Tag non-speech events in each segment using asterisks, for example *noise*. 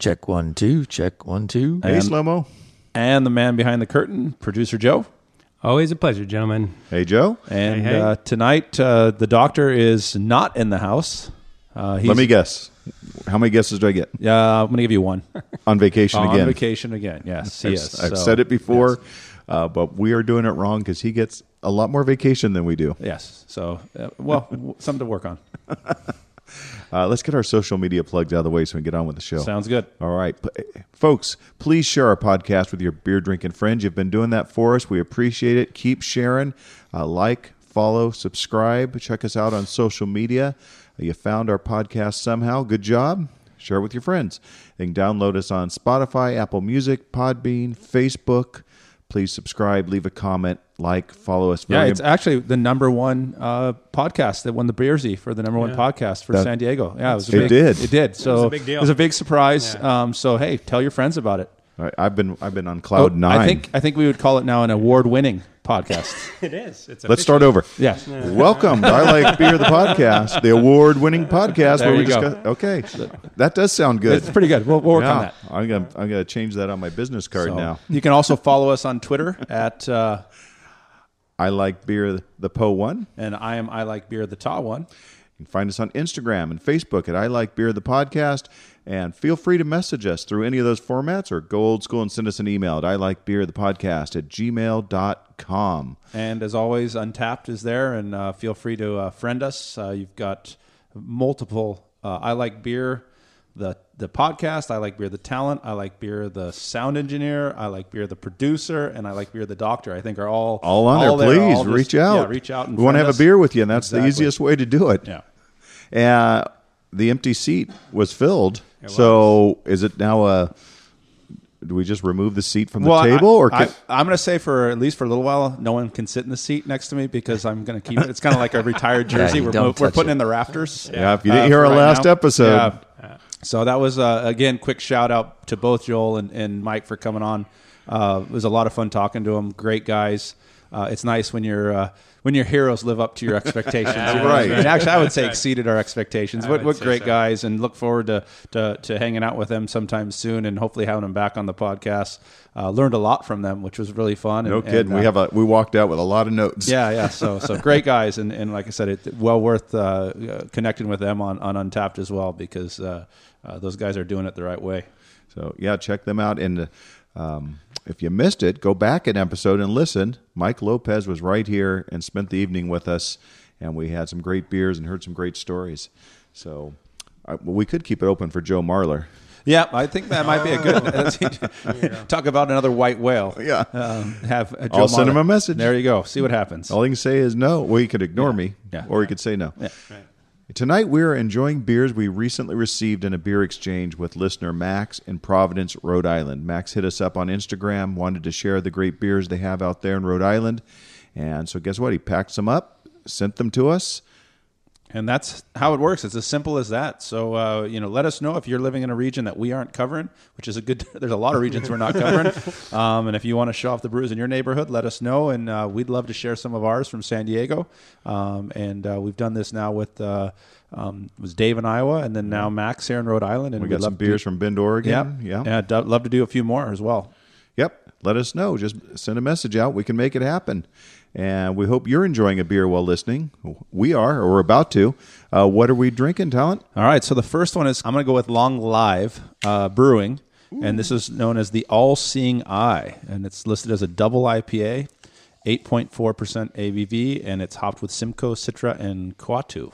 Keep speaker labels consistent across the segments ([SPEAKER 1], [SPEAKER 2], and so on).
[SPEAKER 1] Check one, two, check one, two.
[SPEAKER 2] Hey, Slow Mo.
[SPEAKER 3] and the man behind the curtain, producer Joe.
[SPEAKER 4] Always a pleasure, gentlemen.
[SPEAKER 2] Hey, Joe.
[SPEAKER 3] And
[SPEAKER 4] Hey, hey.
[SPEAKER 3] Uh, tonight, uh, the doctor is not in the house. Uh, he's,
[SPEAKER 2] Let me guess. How many guesses do I get?
[SPEAKER 3] Uh, I'm going to give
[SPEAKER 2] *laughs*
[SPEAKER 3] you one.
[SPEAKER 2] On vacation
[SPEAKER 3] On
[SPEAKER 2] again.
[SPEAKER 3] vacation again. Yes.
[SPEAKER 2] I've,
[SPEAKER 3] he is.
[SPEAKER 2] I've
[SPEAKER 3] So-
[SPEAKER 2] said it before, uh, but we are doing it wrong because he gets a lot more vacation than we do.
[SPEAKER 3] Yes. So, uh, well, w- something to work
[SPEAKER 2] *laughs*
[SPEAKER 3] on.
[SPEAKER 2] Uh, let's get our social media plugs out of the way so we can get on with the show.
[SPEAKER 3] Sounds good.
[SPEAKER 2] All right. P- Folks, please share our podcast with your beer drinking friends. You've been doing that for us. We appreciate it. Keep sharing. Uh, like, follow, subscribe. Check us out on social media. Uh, You found our podcast somehow. Good job. Share it with your friends. You can download us on Spotify, Apple Music, Podbean, Facebook. Please subscribe, leave a comment, like, follow us.
[SPEAKER 3] Yeah,
[SPEAKER 2] Very
[SPEAKER 3] it's actually the number one uh, podcast that won the Beersy for the number one podcast for
[SPEAKER 2] That-
[SPEAKER 3] San Diego. Yeah, it was a
[SPEAKER 2] It
[SPEAKER 3] big,
[SPEAKER 2] did.
[SPEAKER 3] It did. So it was a
[SPEAKER 4] big deal.
[SPEAKER 3] big surprise.
[SPEAKER 4] Yeah.
[SPEAKER 3] Um, so hey, tell your friends about it.
[SPEAKER 2] All right, I've been I've been on cloud
[SPEAKER 3] Oh,
[SPEAKER 2] nine.
[SPEAKER 3] I think I think we would call it now an award-winning
[SPEAKER 2] *laughs*
[SPEAKER 3] podcast.
[SPEAKER 4] It is. It's
[SPEAKER 2] Let's start over.
[SPEAKER 3] yes.
[SPEAKER 2] Welcome to I Like Beer, the podcast, the award-winning podcast
[SPEAKER 3] There
[SPEAKER 2] where we
[SPEAKER 3] you go.
[SPEAKER 2] discuss. Okay, that does sound good.
[SPEAKER 3] It's pretty good. We'll, we'll work on that.
[SPEAKER 2] I'm gonna I'm gonna change that on my business card
[SPEAKER 3] So,
[SPEAKER 2] now.
[SPEAKER 3] You can also follow us on Twitter at uh,
[SPEAKER 2] I like beer, the Po one.
[SPEAKER 3] and I am I like beer the Ta one.
[SPEAKER 2] You can find us on Instagram and Facebook at I like beer, the podcast, and feel free to message us through any of those formats or go old school and send us an email at I like beer, the podcast at gmail.com.
[SPEAKER 3] And as always, Untapped is there, and uh, feel free to uh, friend us. Uh, you've got multiple. Uh, I like beer, the the podcast. I like beer, the talent. I like beer, the sound engineer. I like beer, the producer, and I like beer, the doctor. I think are all
[SPEAKER 2] All on there,
[SPEAKER 3] there,
[SPEAKER 2] please
[SPEAKER 3] all just-
[SPEAKER 2] reach out.
[SPEAKER 3] Yeah, reach out. And
[SPEAKER 2] we want to
[SPEAKER 3] friend
[SPEAKER 2] have
[SPEAKER 3] us.
[SPEAKER 2] a beer with you, and that's
[SPEAKER 3] Exactly.
[SPEAKER 2] the easiest way to do it.
[SPEAKER 3] Yeah.
[SPEAKER 2] Uh, the empty seat was filled. So is it now a? Do we just remove the seat from the
[SPEAKER 3] I-
[SPEAKER 2] table, or
[SPEAKER 3] I,
[SPEAKER 2] can-
[SPEAKER 3] I, am going to say for at least for a little while, no one can sit in the seat next to me because I'm going to keep it. It's kind of like a retired
[SPEAKER 1] *laughs* Yeah,
[SPEAKER 3] jersey
[SPEAKER 1] you
[SPEAKER 3] we're,
[SPEAKER 1] don't
[SPEAKER 3] mo- we're
[SPEAKER 1] touch
[SPEAKER 3] putting
[SPEAKER 1] it.
[SPEAKER 3] in the rafters. Uh,
[SPEAKER 2] Yeah, if you didn't hear our
[SPEAKER 3] for
[SPEAKER 2] last episode.
[SPEAKER 3] So that was uh, again quick shout out to both Joel and, and Mike for coming on. Uh, it was a lot of fun talking to them. Great guys. Uh, it's nice when your uh, when your heroes live up to
[SPEAKER 2] *laughs*
[SPEAKER 3] your expectations.
[SPEAKER 2] right.
[SPEAKER 3] And actually, I would
[SPEAKER 4] *laughs*
[SPEAKER 3] say exceeded our expectations. What,
[SPEAKER 4] would
[SPEAKER 3] what
[SPEAKER 4] say
[SPEAKER 3] great
[SPEAKER 4] so.
[SPEAKER 3] guys! And look forward to, to to hanging out with them sometime soon, and hopefully having them back on the podcast. Uh, learned a lot from them, which was really fun. And,
[SPEAKER 2] no kidding.
[SPEAKER 3] and, uh,
[SPEAKER 2] we have a we walked out with a lot of notes.
[SPEAKER 3] yeah, yeah.
[SPEAKER 2] *laughs*
[SPEAKER 3] So, so great guys, and, and like I said, it well worth uh, uh, connecting with them on, on Untapped as well because uh, uh, those guys are doing it the right way.
[SPEAKER 2] So yeah, check them out. And um, if you missed it, go back an episode and listen. Mike Lopez was right here and spent the evening with us, and we had some great beers and heard some great stories. So uh, we could keep it open for Joe Marler.
[SPEAKER 3] Yeah, I think that might be
[SPEAKER 2] *laughs*
[SPEAKER 3] a *laughs* good talk about another white whale.
[SPEAKER 2] Oh. Yeah.
[SPEAKER 3] um, have uh,
[SPEAKER 2] I'll send
[SPEAKER 3] Marler.
[SPEAKER 2] him a message.
[SPEAKER 3] There you go. See what happens.
[SPEAKER 2] All he can say is no. Well, he could ignore me,
[SPEAKER 3] Yeah.
[SPEAKER 2] or he could say no. Tonight, we are enjoying beers we recently received in a beer exchange with listener Max in Providence, Rhode Island. Max hit us up on Instagram, wanted to share the great beers they have out there in Rhode Island. And so, guess what? He packed some up, sent them to us.
[SPEAKER 3] And that's how it works. It's as simple as that. So uh, you know, let us know if you're living in a region that we aren't covering, which is a good. *laughs* There's a lot of regions we're
[SPEAKER 2] *laughs*
[SPEAKER 3] not covering. Um, and if you want to show off the brews in your neighborhood, let us know, and uh, we'd love to share some of ours from San Diego. Um, and uh, we've done this now with uh, um, it was Dave in Iowa, and then now Max here in Rhode Island, and
[SPEAKER 2] We
[SPEAKER 3] we'd
[SPEAKER 2] got
[SPEAKER 3] love
[SPEAKER 2] some
[SPEAKER 3] to-
[SPEAKER 2] beers from Bend, Oregon. yeah.
[SPEAKER 3] yeah, yeah. I'd love to do a few more as well.
[SPEAKER 2] Yep. Let us know. Just send a message out. We can make it happen. And we hope you're enjoying a beer while listening. We are, or we're about to. Uh, what are we drinking, Talent?
[SPEAKER 3] All right, so the first one is I'm going to go with Long Live uh, Brewing, and this is known as the All Seeing Eye, and it's listed as a double IPA, 8.4% ABV, and it's hopped with Simcoe, Citra, and Quatu.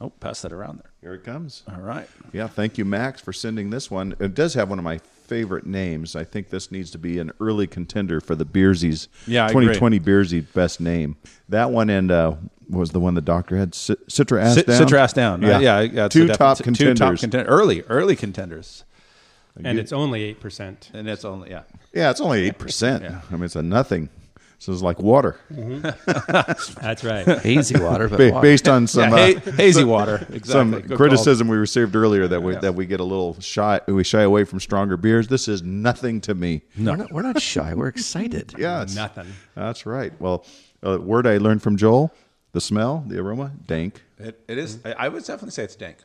[SPEAKER 3] Oh, pass that around there.
[SPEAKER 2] Here it comes.
[SPEAKER 3] All right.
[SPEAKER 2] Yeah, thank you, Max, for sending this one. It does have one of my favorite names. I think this needs to be an early contender for the Beersies.
[SPEAKER 3] Yeah, I agree.
[SPEAKER 2] 2020 Beersie best name. That one and uh, what was the one the doctor had C- Citra ass
[SPEAKER 3] Cit-
[SPEAKER 2] down.
[SPEAKER 3] Citra ass down. Uh, Yeah, yeah. yeah it's
[SPEAKER 2] two
[SPEAKER 3] a defi-
[SPEAKER 2] top
[SPEAKER 3] two
[SPEAKER 2] contenders.
[SPEAKER 3] top contenders. Early, early contenders.
[SPEAKER 4] and it's only eight *laughs* percent.
[SPEAKER 3] and it's only yeah.
[SPEAKER 2] Yeah, it's only 8%. I mean, it's a nothing. So it's like water
[SPEAKER 4] That's right.
[SPEAKER 1] Hazy water, *laughs* but
[SPEAKER 2] ba-
[SPEAKER 1] water.
[SPEAKER 2] based
[SPEAKER 3] *laughs*
[SPEAKER 2] on some. uh, *laughs*
[SPEAKER 3] ha- hazy water. Exactly.
[SPEAKER 2] some
[SPEAKER 3] Good call.
[SPEAKER 2] criticism we received earlier that we that we get a little shy we shy away from stronger beers. This is nothing to me.
[SPEAKER 3] Hmm.
[SPEAKER 1] We're, not, we're not shy. We're excited.
[SPEAKER 2] Yeah, it's-
[SPEAKER 4] Nothing.
[SPEAKER 2] That's right. Well, a word I learned from Joel: the smell, the aroma, dank.
[SPEAKER 3] It, it is- I I would definitely say it's dank.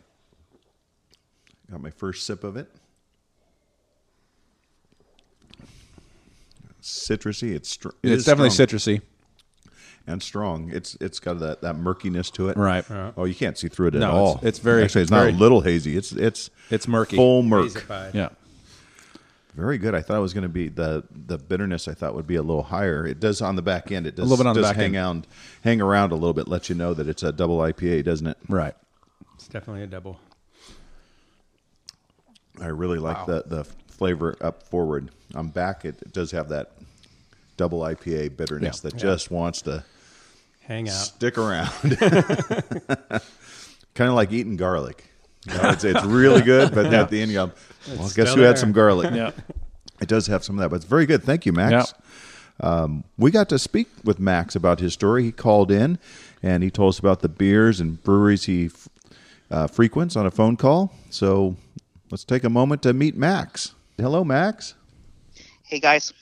[SPEAKER 2] Got my first sip of it. Citrusy. It's str- it
[SPEAKER 3] It's
[SPEAKER 2] is
[SPEAKER 3] definitely
[SPEAKER 2] strong
[SPEAKER 3] citrusy.
[SPEAKER 2] and strong. It's it's got that, that murkiness to it.
[SPEAKER 3] Right. Yeah.
[SPEAKER 2] Oh, you can't see through it at
[SPEAKER 3] No, it's-
[SPEAKER 2] all.
[SPEAKER 3] it's very-
[SPEAKER 2] actually. It's not
[SPEAKER 3] very-
[SPEAKER 2] a little hazy. It's it's
[SPEAKER 3] It's murky.
[SPEAKER 2] Full murk.
[SPEAKER 4] Hazified.
[SPEAKER 3] Yeah.
[SPEAKER 2] Very good. I thought it was going to be the the bitterness. I thought would be a little higher. It does on the back end. It does
[SPEAKER 3] A little bit on the
[SPEAKER 2] does
[SPEAKER 3] back
[SPEAKER 2] hang
[SPEAKER 3] end.
[SPEAKER 2] out, hang around a little bit. Let you know that it's a double IPA, doesn't it?
[SPEAKER 3] Right.
[SPEAKER 4] It's definitely a double.
[SPEAKER 2] I really like the the flavor up forward. On back, it, it does have that double IPA bitterness
[SPEAKER 3] Yeah.
[SPEAKER 2] that just wants to
[SPEAKER 4] Hang *laughs* out.
[SPEAKER 2] stick around. *laughs* kind of like eating garlic. You know, it's, it's really good, but at the end, you go, well, guess who
[SPEAKER 4] still
[SPEAKER 2] had
[SPEAKER 4] there.
[SPEAKER 2] some garlic?
[SPEAKER 3] Yeah.
[SPEAKER 2] *laughs* It does have some of that, but it's very good. Thank you, Max. Um,
[SPEAKER 3] Yeah.
[SPEAKER 2] we got to speak with Max about his story. He called in and he told us about the beers and breweries he f- uh, frequents on a phone call. So let's take a moment to meet Max. Hello, Max.
[SPEAKER 5] Hey guys,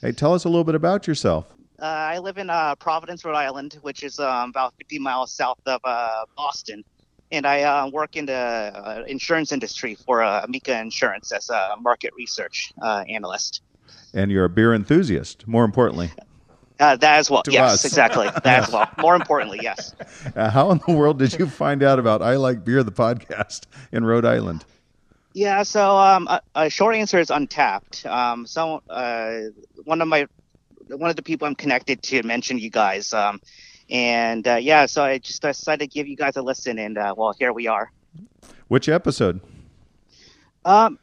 [SPEAKER 2] Hey, tell us a little bit about yourself.
[SPEAKER 5] uh, I live in uh, Providence, Rhode Island, which is um, about 50 miles south of uh, Boston, and I uh, work in the uh, insurance industry for uh, Amica Insurance as a market research uh, analyst.
[SPEAKER 2] And you're a beer enthusiast, more importantly.
[SPEAKER 5] Uh, that as well,
[SPEAKER 2] To
[SPEAKER 5] yes,
[SPEAKER 2] us. *laughs*
[SPEAKER 5] exactly, that as well. More importantly, yes.
[SPEAKER 2] Uh, how in the world did you find out about I Like Beer, the podcast in Rhode Island?
[SPEAKER 5] Yeah, so um, a, a short answer is untapped. Um, so uh, one of my one of the people I'm connected to mentioned you guys, um, and uh, yeah, so I just decided to give you guys a listen, and uh, well, here we are.
[SPEAKER 2] Which episode?
[SPEAKER 5] Um,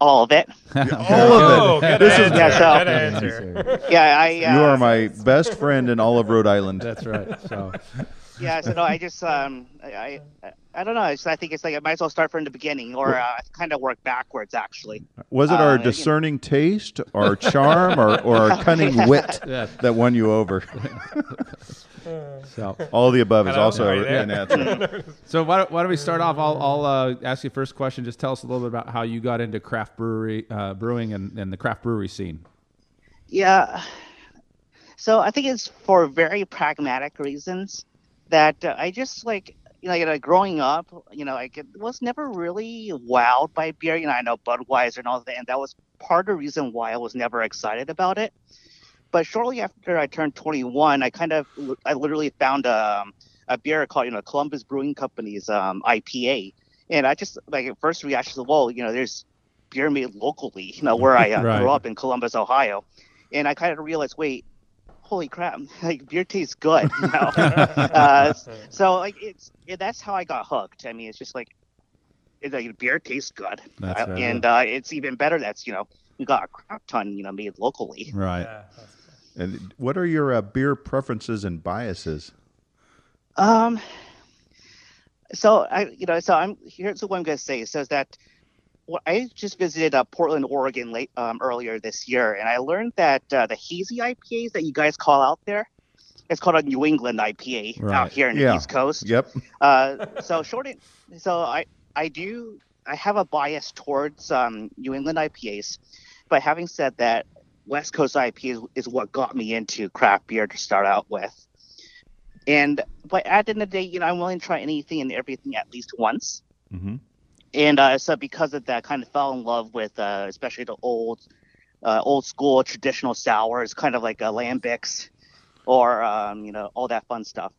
[SPEAKER 5] all
[SPEAKER 2] *laughs*
[SPEAKER 5] of it.
[SPEAKER 2] All
[SPEAKER 4] Oh,
[SPEAKER 2] of
[SPEAKER 4] *laughs*
[SPEAKER 2] it. This is,
[SPEAKER 5] Yeah, so
[SPEAKER 4] answer.
[SPEAKER 5] yeah, I. Uh,
[SPEAKER 2] you are my best friend in all of Rhode Island.
[SPEAKER 4] That's right. So
[SPEAKER 5] yeah, so no, I just um, I, I, I don't know. I, just, I think it's like I might as well start from the beginning, or uh, kind of work backwards, actually.
[SPEAKER 2] Was it
[SPEAKER 5] Uh,
[SPEAKER 2] our
[SPEAKER 5] you know.
[SPEAKER 2] discerning taste, our charm, or, or our cunning wit that won you over?
[SPEAKER 3] So.
[SPEAKER 2] All the above is
[SPEAKER 4] Hello,
[SPEAKER 2] also
[SPEAKER 4] sorry there.
[SPEAKER 2] an answer.
[SPEAKER 3] So why don't, why don't we start off? I'll, I'll uh, ask you first question. Just tell us a little bit about how you got into craft brewery uh, brewing and, and the craft brewery scene.
[SPEAKER 5] Yeah. So I think it's for very pragmatic reasons that uh, I just like you know, you know growing up, you know, I could- was never really wowed by beer. You know, I know Budweiser and all that, and that was part of the reason why I was never excited about it. But shortly after I turned 21, I kind of I literally found a, a beer called you know Columbus Brewing Company's um, IPA, and I just like at first reaction was, well, you know, there's beer made locally, you know, where I uh,
[SPEAKER 3] Right.
[SPEAKER 5] grew up in Columbus, Ohio and I kind of realized, wait, holy crap, *laughs* like beer tastes good. You know?
[SPEAKER 3] *laughs*
[SPEAKER 5] uh, so like it's it, that's how I got hooked. I mean, it's just like, it's like beer tastes good,
[SPEAKER 3] That's
[SPEAKER 5] Uh,
[SPEAKER 3] right.
[SPEAKER 5] and uh, it's even better. That's you know we got a crap ton you know made locally.
[SPEAKER 3] Right.
[SPEAKER 2] And what are your uh, beer preferences and biases?
[SPEAKER 5] Um, so I, you know, so I'm here's what I'm going to say. So is that well, I just visited uh, Portland, Oregon late um, earlier this year, and I learned that uh, the hazy IPAs that you guys call out there, it's called a New England IPA
[SPEAKER 3] Right.
[SPEAKER 5] out here in
[SPEAKER 2] Yeah.
[SPEAKER 5] the East Coast.
[SPEAKER 2] Yep.
[SPEAKER 5] Uh, so short, so I I do I have a bias towards um, New England IPAs, but having said that, West Coast IPAs is what got me into craft beer to start out with. And but at the end of the day, you know, I'm willing to try anything and everything at least once.
[SPEAKER 2] Mhm.
[SPEAKER 5] And uh, so because of that, I kind of fell in love with uh, especially the old, uh, old school traditional sours, kind of like uh, lambics, or um, you know, all that fun stuff.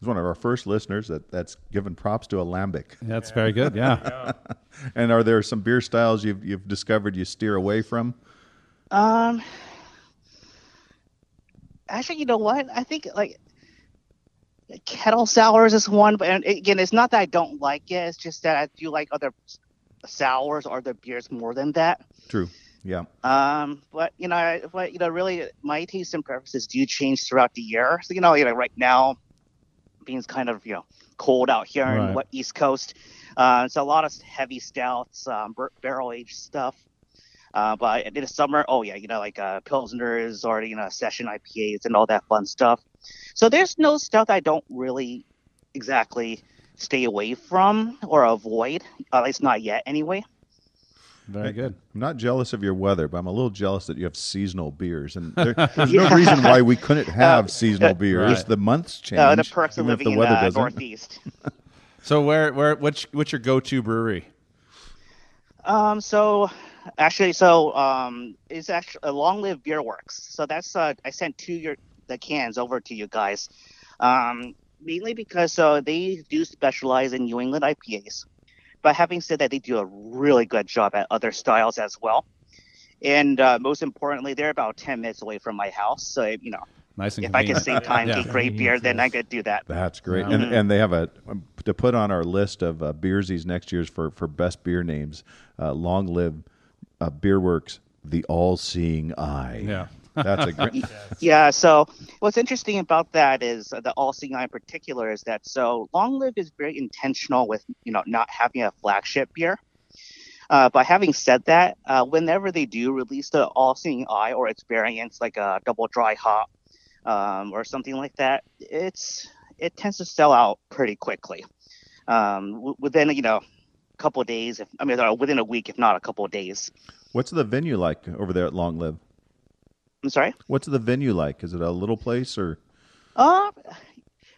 [SPEAKER 2] He's one of our first listeners that, that's given props to Alambic.
[SPEAKER 3] That's very good. Yeah.
[SPEAKER 2] And are there some beer styles you've, you've discovered you steer away from?
[SPEAKER 5] Um, actually, you know what? I think like kettle sours is one, but and again, it's not that I don't like it. It's just that I do like other s- sours or other beers more than that.
[SPEAKER 2] True. Yeah.
[SPEAKER 5] Um, but you know, I, but you know, really, my taste and preferences do change throughout the year. So you know, you know, right now, being kind of you know cold out here in
[SPEAKER 3] Right.
[SPEAKER 5] what East Coast, Uh, so a lot of heavy stouts, um, barrel aged stuff. Uh, but in the summer, oh yeah, you know like uh, pilsners or you know session IPAs and all that fun stuff. So there's no stuff I don't really exactly stay away from or avoid. At least not yet, anyway.
[SPEAKER 3] Very good.
[SPEAKER 2] I'm not jealous of your weather, but I'm a little jealous that you have seasonal beers.
[SPEAKER 5] *laughs*
[SPEAKER 2] And there, there's no reason why we couldn't have seasonal beers.
[SPEAKER 3] Right.
[SPEAKER 2] The months change.
[SPEAKER 5] Uh, the perks of
[SPEAKER 2] even if
[SPEAKER 5] living
[SPEAKER 2] the
[SPEAKER 5] in
[SPEAKER 2] weather
[SPEAKER 5] uh,
[SPEAKER 2] doesn't.
[SPEAKER 5] Northeast.
[SPEAKER 3] So where where what's what's your go to brewery?
[SPEAKER 5] Um, so actually, so um, it's actually a long live beer works. So that's uh, I sent two your the cans over to you guys, um, mainly because uh, they do specialize in New England IPAs. But having said that, they do a really good job at other styles as well. And uh, most importantly, they're about ten minutes away from my house. So you know,
[SPEAKER 3] Nice and
[SPEAKER 5] if I can
[SPEAKER 3] convenient.
[SPEAKER 5] save time
[SPEAKER 3] Yeah.
[SPEAKER 5] to great beer, then I could do that.
[SPEAKER 2] That's great. And,
[SPEAKER 5] Mm-hmm.
[SPEAKER 2] and they have a to put on our list of uh, beersies next year's for for best beer names. Uh, long live uh, Beerworks, the all seeing eye.
[SPEAKER 3] Yeah.
[SPEAKER 2] That's a great.
[SPEAKER 5] Yeah. So what's interesting about that is uh, the All Seeing Eye in particular is that so Long Live is very intentional with you know not having a flagship beer. Uh, but having said that, uh, whenever they do release the All Seeing Eye or its variants like a double dry hop um, or something like that, it's it tends to sell out pretty quickly. Um, w- within you know a couple of days, if, I mean uh, within a week, if not a couple of days.
[SPEAKER 2] What's the venue like over there at Long Live?
[SPEAKER 5] I'm sorry.
[SPEAKER 2] What's the venue like? Is it a little place or?
[SPEAKER 5] Uh,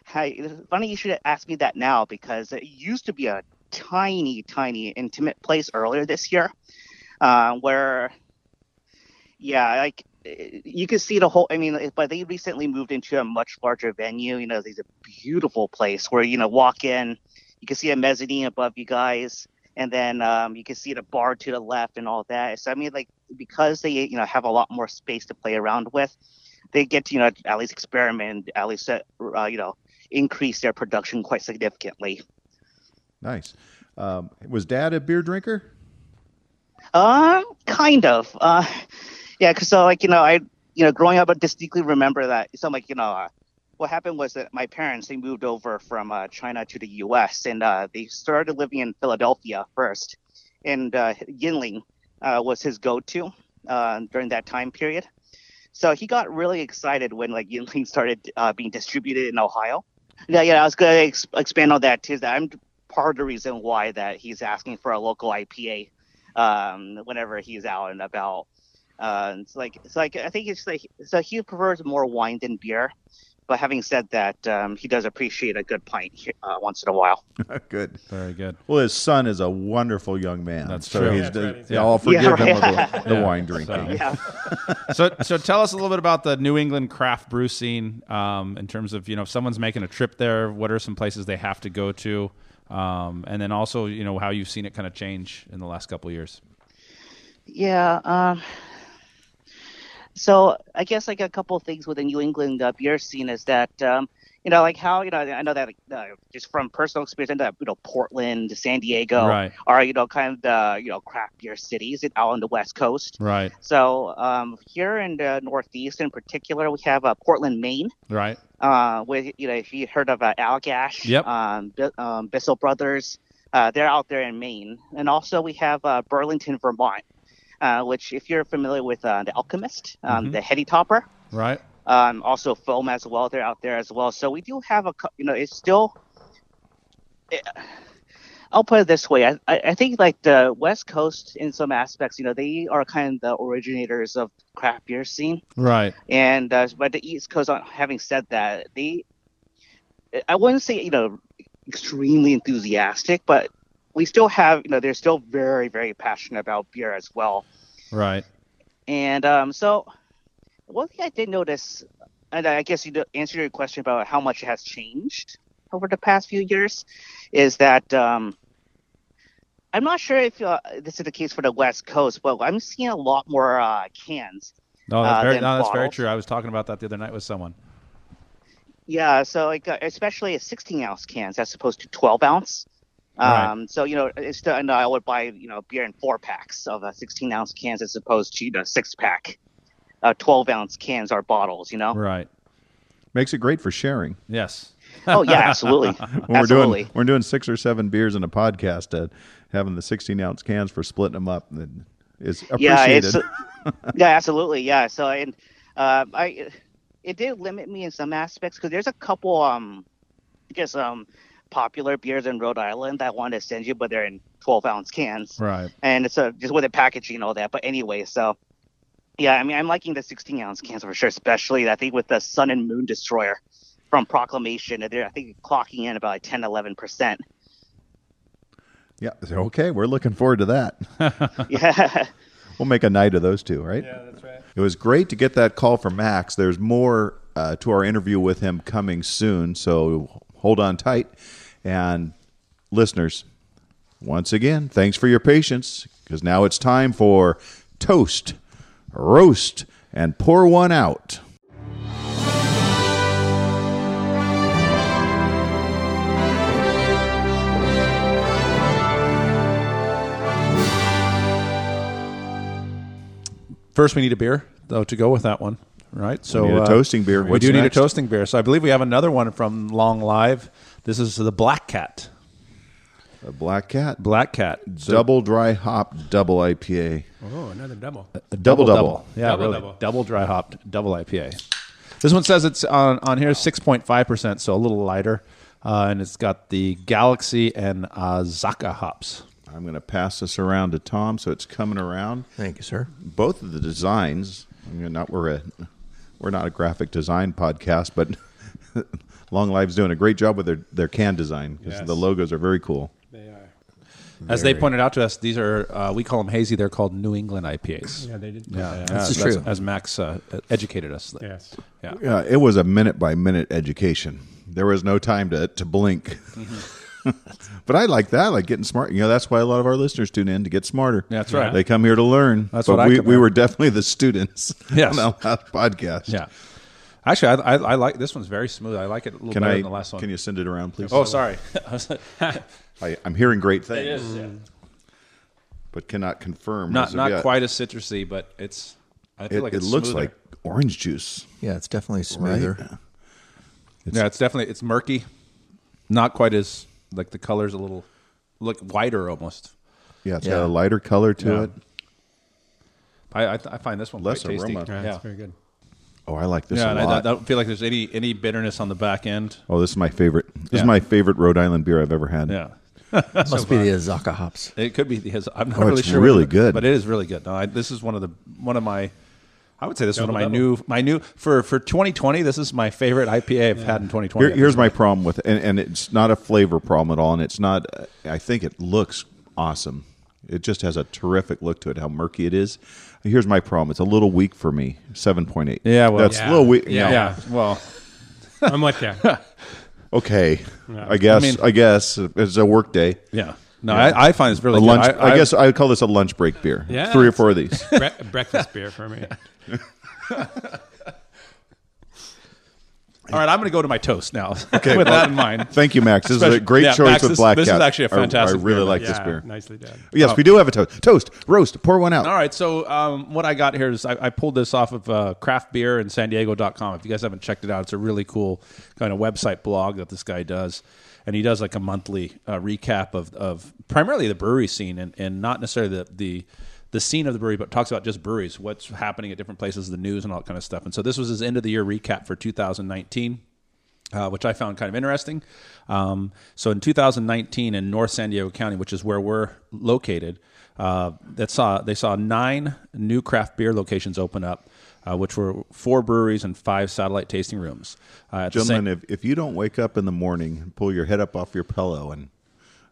[SPEAKER 5] hi, it's funny you should ask me that now because it used to be a tiny, tiny intimate place earlier this year, uh, where, yeah, like eh, you could see the whole. I mean, but they recently moved into a much larger venue. You know, there's a beautiful place where you know walk in, you can see a mezzanine above you guys. And then um, you can see the bar to the left and all that. So I mean, like because they you know have a lot more space to play around with, they get to you know at least experiment at least uh, uh, you know increase their production quite significantly
[SPEAKER 2] Nice. Um, was Dad a beer drinker?
[SPEAKER 5] uh, kind of uh, yeah because so like you know i you know growing up i distinctly remember that so like you know uh, what happened was that my parents they moved over from uh, china to the us and uh, they started living in philadelphia first and uh, yinling uh, was his go-to uh, during that time period so he got really excited when like yinling started uh, being distributed in ohio Yeah, yeah, I was going to ex- expand on that too. That I'm part of the reason why that he's asking for a local IPA um, whenever he's out and about. Uh, and it's like it's like I think it's like so he prefers more wine than beer, but having said that, um, he does appreciate a good pint he- uh, once in a while.
[SPEAKER 2] Good.
[SPEAKER 3] Very good.
[SPEAKER 2] Well, his son is a wonderful young man.
[SPEAKER 3] That's
[SPEAKER 2] so
[SPEAKER 3] true.
[SPEAKER 2] He's,
[SPEAKER 4] That's right, he's-
[SPEAKER 2] yeah, I'll forgive
[SPEAKER 5] Yeah,
[SPEAKER 2] him
[SPEAKER 5] right. *laughs*
[SPEAKER 2] of the, the
[SPEAKER 3] Yeah.
[SPEAKER 2] wine drinking.
[SPEAKER 5] Yeah,
[SPEAKER 3] So so tell us a little bit about the New England craft brew scene um, in terms of you know if someone's making a trip there, what are some places they have to go to, um, and then also you know how you've seen it kind of change in the last couple of years.
[SPEAKER 5] yeah. Um, so I guess like a couple of things with the New England uh, beer scene is that um, you know like how you know I know that uh, just from personal experience, I know that you know Portland, San Diego,
[SPEAKER 3] Right.
[SPEAKER 5] are you know kind of the you know craft beer cities and out on the West Coast.
[SPEAKER 3] Right.
[SPEAKER 5] So um, here in the Northeast, in particular, we have uh, Portland, Maine.
[SPEAKER 3] Right.
[SPEAKER 5] Uh, with you know, if you heard of uh, Algash,
[SPEAKER 3] Yep.
[SPEAKER 5] um, B- um, Bissell Brothers, uh, they're out there in Maine, and also we have uh, Burlington, Vermont. Uh, which, if you're familiar with uh, the Alchemist, um, the Heady Topper,
[SPEAKER 3] Right.
[SPEAKER 5] um, also foam as well. They're out there as well. So we do have a, cou- you know, it's still. it- I'll put it this way: I, I I think like the West Coast, in some aspects, you know, they are kind of the originators of craft beer scene,
[SPEAKER 3] Right.
[SPEAKER 5] and uh, but the East Coast, uh, having said that, they, eh, I wouldn't say you know, extremely enthusiastic, but we still have you know they're still very very passionate about beer as well.
[SPEAKER 3] Right.
[SPEAKER 5] And um, so, one thing I did notice, and I guess you know- answer your question about how much it has changed over the past few years, is that um, I'm not sure if uh, this is the case for the West Coast, but I'm seeing a lot more uh, cans.
[SPEAKER 3] No, that's
[SPEAKER 5] Uh,
[SPEAKER 3] very
[SPEAKER 5] then
[SPEAKER 3] no, that's very
[SPEAKER 5] bottles.
[SPEAKER 3] true. I was talking about that the other night with someone.
[SPEAKER 5] Yeah, so like uh, especially a 16 ounce cans as opposed to 12 ounce.
[SPEAKER 3] Right.
[SPEAKER 5] Um, so you know, it's the, and I would buy you know beer in four packs of uh, 16 ounce cans as opposed to you know, six pack, uh, 12 ounce cans or bottles. You know.
[SPEAKER 3] Right.
[SPEAKER 2] Makes it great for sharing.
[SPEAKER 3] Yes.
[SPEAKER 5] Oh yeah, absolutely,
[SPEAKER 2] *laughs* When we're
[SPEAKER 5] absolutely.
[SPEAKER 2] doing we're doing six or seven beers in a podcast, uh, having the 16 ounce cans for splitting them up then is
[SPEAKER 5] yeah,
[SPEAKER 2] appreciated.
[SPEAKER 5] it's yeah, absolutely, yeah. So and uh, I, it did limit me in some aspects because there's a couple um, just um, popular beers in Rhode Island that I wanted to send you, but they're in 12 ounce cans,
[SPEAKER 3] Right.
[SPEAKER 5] and it's uh just with the packaging and all that. But anyway, so yeah, I mean, I'm liking the 16 ounce cans for sure, especially I think with the Sun and Moon Destroyer from Proclamation. They're I think clocking in about 10, 11 percent. *laughs*
[SPEAKER 2] yeah, okay, we're looking forward to that.
[SPEAKER 5] Yeah.
[SPEAKER 2] We'll make a night of those two, right? Yeah, that's right. It was great to get that call from Max. There's more uh, to our interview with him coming soon, so hold on tight. And listeners, once again, thanks for your patience because now it's time for toast, roast, and pour one out.
[SPEAKER 3] First, we need a beer though to go with that one, right? So uh,
[SPEAKER 2] need a toasting beer.
[SPEAKER 3] We
[SPEAKER 2] What's
[SPEAKER 3] do need a
[SPEAKER 2] next?
[SPEAKER 3] toasting beer. So I believe we have another one from Long Live. This is the Black Cat.
[SPEAKER 2] A black cat,
[SPEAKER 3] Black Cat.
[SPEAKER 2] double dry hop, double IPA,
[SPEAKER 4] Oh, another double.
[SPEAKER 2] double double.
[SPEAKER 3] Yeah,
[SPEAKER 4] Double,
[SPEAKER 3] really.
[SPEAKER 4] double.
[SPEAKER 3] Double dry hopped, double IPA. This one says it's on, on here 6.5%, so a little lighter. Uh, and it's got the Galaxy and uh, Zaka hops.
[SPEAKER 2] I'm going to pass this around to Tom, so it's coming around.
[SPEAKER 1] Thank you, sir.
[SPEAKER 2] both of the designs. I mean, not we're a we're not a graphic design podcast, but *laughs* Long Live's doing a great job with their their can design because
[SPEAKER 4] Yes.
[SPEAKER 2] the logos are very cool.
[SPEAKER 4] They are.
[SPEAKER 3] As they pointed out to us, these are, uh, we call them hazy, they're called New England IPAs.
[SPEAKER 4] Yeah, they did. Yeah.
[SPEAKER 3] This
[SPEAKER 1] is true.
[SPEAKER 3] Uh, As Max uh, educated us.
[SPEAKER 4] Yes.
[SPEAKER 3] Yeah.
[SPEAKER 2] Yeah, it was a minute by minute education. There was no time to to blink. *laughs* but I like that. I like getting smart. You know, that's why a lot of our listeners tune in to get smarter.
[SPEAKER 3] That's right.
[SPEAKER 2] They come here to learn.
[SPEAKER 3] That's
[SPEAKER 2] but
[SPEAKER 3] what I
[SPEAKER 2] we
[SPEAKER 3] come
[SPEAKER 2] we
[SPEAKER 3] here-
[SPEAKER 2] were definitely the students *laughs*
[SPEAKER 3] Yes.
[SPEAKER 2] on that last podcast.
[SPEAKER 3] Yeah. Actually, I, I, I like this one's very smooth. I like it a little
[SPEAKER 2] Can
[SPEAKER 3] better
[SPEAKER 2] I?
[SPEAKER 3] than the last one.
[SPEAKER 2] Can you send it around, please?
[SPEAKER 3] oh, sorry. *laughs*
[SPEAKER 2] I, I'm hearing great things. But cannot confirm. as
[SPEAKER 3] not
[SPEAKER 2] of
[SPEAKER 3] not
[SPEAKER 2] yet.
[SPEAKER 3] quite as citrusy, but it's. I feel
[SPEAKER 2] It,
[SPEAKER 3] like
[SPEAKER 2] it
[SPEAKER 3] it's
[SPEAKER 2] looks
[SPEAKER 3] smoother.
[SPEAKER 2] like orange juice.
[SPEAKER 1] Yeah, it's definitely smoother.
[SPEAKER 3] yeah, it's definitely it's murky. Not quite as like the colors a little look whiter almost.
[SPEAKER 2] Yeah, it's
[SPEAKER 1] Yeah.
[SPEAKER 2] got a lighter color to
[SPEAKER 3] Yeah.
[SPEAKER 2] it.
[SPEAKER 3] I I, I find this one
[SPEAKER 2] Less
[SPEAKER 3] quite tasty.
[SPEAKER 2] aroma.
[SPEAKER 4] Yeah,
[SPEAKER 3] Yeah,
[SPEAKER 4] That's very good.
[SPEAKER 2] Oh, I like this
[SPEAKER 3] yeah
[SPEAKER 2] a
[SPEAKER 3] and I,
[SPEAKER 2] lot.
[SPEAKER 3] don't- don't feel like there's any any bitterness on the back end.
[SPEAKER 2] oh, this is my favorite. This is
[SPEAKER 3] Yeah.
[SPEAKER 2] my favorite Rhode Island beer I've ever had.
[SPEAKER 3] Yeah.
[SPEAKER 1] *laughs* Must be the Azaka hops.
[SPEAKER 3] It could be his. I'm not
[SPEAKER 2] Oh,
[SPEAKER 3] really
[SPEAKER 2] it's
[SPEAKER 3] sure.
[SPEAKER 2] really
[SPEAKER 3] what it-
[SPEAKER 2] good.
[SPEAKER 3] but it is really good. No, I, this is one of the one of my. I would say this is one of my
[SPEAKER 4] Double,
[SPEAKER 3] new my new for for 2020. This is my favorite IPA I've had in 2020.
[SPEAKER 2] Here, here's my problem with and, and it's not a flavor problem at all, and it's not. I think it looks awesome. It just has a terrific look to it. How murky it is. Here's my problem. It's a little weak for me. Seven point eight.
[SPEAKER 3] Yeah, well-
[SPEAKER 2] that's
[SPEAKER 4] Yeah.
[SPEAKER 2] a little weak.
[SPEAKER 4] Yeah.
[SPEAKER 2] no.
[SPEAKER 3] yeah. Well,
[SPEAKER 4] I'm with you. yeah.
[SPEAKER 2] Okay. I guess. I,
[SPEAKER 3] I mean-
[SPEAKER 2] guess uh, it's a work day.
[SPEAKER 3] yeah. No, I, I find it's really
[SPEAKER 2] A
[SPEAKER 3] good.
[SPEAKER 2] lunch. I, guess I would call this a lunch break beer.
[SPEAKER 4] Yeah.
[SPEAKER 2] Three or four of these.
[SPEAKER 4] Bre- breakfast beer for
[SPEAKER 3] *laughs*
[SPEAKER 4] me.
[SPEAKER 3] *laughs* All right, I'm going to go to my toast now. *laughs* *laughs* Okay, with that in mind.
[SPEAKER 2] Thank you, Max. This is a
[SPEAKER 3] Especially-
[SPEAKER 2] great
[SPEAKER 3] yeah,
[SPEAKER 2] choice
[SPEAKER 3] Max,
[SPEAKER 2] with
[SPEAKER 3] this-
[SPEAKER 2] Black
[SPEAKER 3] this is
[SPEAKER 2] Cat.
[SPEAKER 3] actually a
[SPEAKER 2] I- I
[SPEAKER 3] fantastic
[SPEAKER 2] really
[SPEAKER 3] beer, Oh.
[SPEAKER 2] like
[SPEAKER 4] Yeah,
[SPEAKER 2] this beer.
[SPEAKER 4] Nicely done.
[SPEAKER 2] Yes, we do have a toast. Toast, roast, pour one out.
[SPEAKER 3] All right, so um, what I got here is I, I pulled this off of uh, craftbeerandsandiego.com. If you guys haven't checked it out, it's a really cool kind of website blog that this guy does, and he does like a monthly uh, recap of, of primarily the brewery scene and, and not necessarily the, the the scene of the brewery, but talks about just breweries, what's happening at different places, the news, and all that kind of stuff. And so this was his end of the year recap for 2019 uh, which I found kind of interesting. Um, so in 2019, in North San Diego County, which is where we're located, uh, that saw they saw nine new craft beer locations open up, uh, which were four breweries and five satellite tasting rooms. Uh, at the same-
[SPEAKER 2] Gentlemen, if, if you don't wake up in the morning and pull your head up off your pillow and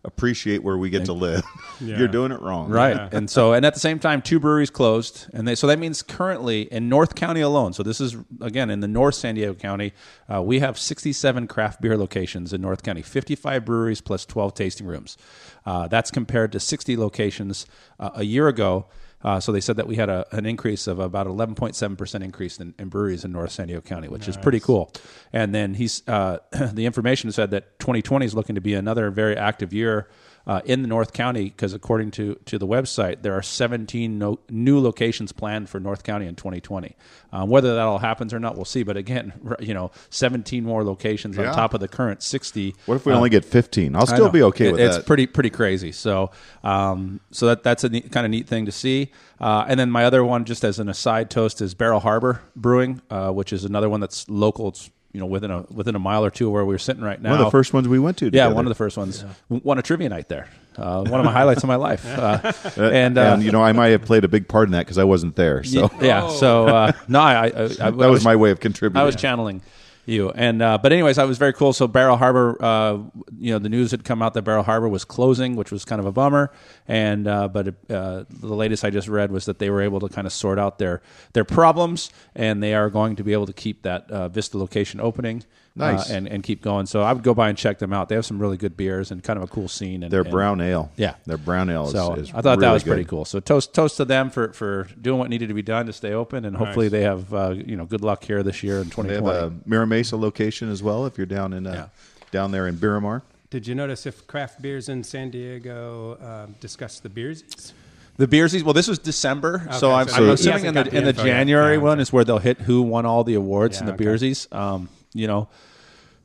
[SPEAKER 2] appreciate where we get to
[SPEAKER 3] *laughs*
[SPEAKER 2] live, you're doing it wrong.
[SPEAKER 3] Right. And so, and at the same time, two breweries closed. And they, so that means currently in North County alone, so this is, again, in the North San Diego County, uh, we have 67 craft beer locations in North County, 55 breweries plus 12 tasting rooms. Uh, that's compared to 60 locations uh, a year ago. Uh, so they said that we had a, an increase of about 11.7% increase in, in breweries in North San Diego County, which is pretty cool. *clears throat* And then he's uh, the information said that 2020 is looking to be another very active year uh, in the North County because according to to the website, there are 17 no, new locations planned for North County in 2020. Um, whether that all happens or not, we'll see. But again, *laughs* r- you know, 17 more locations on top of the current 60.
[SPEAKER 2] What if we
[SPEAKER 3] uh,
[SPEAKER 2] only get 15? I'll
[SPEAKER 3] I
[SPEAKER 2] still
[SPEAKER 3] know.
[SPEAKER 2] be okay
[SPEAKER 3] It-
[SPEAKER 2] with
[SPEAKER 3] it's
[SPEAKER 2] that.
[SPEAKER 3] pretty pretty crazy. So um, so that that's a neat, kind of neat thing to see. Uh, and then my other one, just as an aside toast, is Barrel Harbor Brewing, uh, which is another one that's local. It's you know within a within a mile or two of where we're sitting right now.
[SPEAKER 2] one of the first ones we went to.
[SPEAKER 3] Yeah,
[SPEAKER 2] together.
[SPEAKER 3] one of the first ones. W- Won a trivia night there. Uh, one of my highlights of my life. Uh,
[SPEAKER 2] *laughs*
[SPEAKER 3] and,
[SPEAKER 2] And,
[SPEAKER 3] uh,
[SPEAKER 2] you know, I might have played a big part in that because I wasn't
[SPEAKER 3] *laughs*
[SPEAKER 2] there. So
[SPEAKER 3] y- yeah, so
[SPEAKER 2] *laughs*
[SPEAKER 3] uh, no, I, I, I that
[SPEAKER 2] that was my way of contributing.
[SPEAKER 3] I was channeling you. And uh, but anyways, I was very cool. So Barrel Harbor, uh, you know, the news had come out that Barrel Harbor was closing, which was kind of a bummer. And uh, but uh, the latest I just read was that they were able to kind of sort out their their problems, and they are going to be able to keep that uh, Vista location opening.
[SPEAKER 2] Nice.
[SPEAKER 3] uh, and and keep going. So I would go by and check them out. They have some really good beers and kind of a cool scene. And
[SPEAKER 2] Their
[SPEAKER 3] and-
[SPEAKER 2] brown ale.
[SPEAKER 3] Yeah.
[SPEAKER 2] Their brown ale is,
[SPEAKER 3] so
[SPEAKER 2] is
[SPEAKER 3] I thought that
[SPEAKER 2] really
[SPEAKER 3] was
[SPEAKER 2] good.
[SPEAKER 3] pretty cool. So toast toast to them for for doing what needed to be done to stay open, and hopefully they have uh, you know good luck here this year in
[SPEAKER 2] They
[SPEAKER 3] 2020.
[SPEAKER 2] have a Mira Mesa location as well if you're down in uh, down there in Miramar.
[SPEAKER 4] Did you notice if craft beers in San Diego um, discuss the beers?
[SPEAKER 3] The Beersies. Well, this was December, so
[SPEAKER 4] Okay,
[SPEAKER 3] I'm,
[SPEAKER 4] so
[SPEAKER 3] I'm
[SPEAKER 4] he
[SPEAKER 3] assuming
[SPEAKER 4] hasn't
[SPEAKER 3] in the,
[SPEAKER 4] got the
[SPEAKER 3] in the
[SPEAKER 4] info yet.
[SPEAKER 3] January
[SPEAKER 4] Yeah,
[SPEAKER 3] one
[SPEAKER 4] okay.
[SPEAKER 3] is where they'll hit who won all the awards in
[SPEAKER 4] Yeah,
[SPEAKER 3] the
[SPEAKER 4] okay.
[SPEAKER 3] Beersies. Um, you know,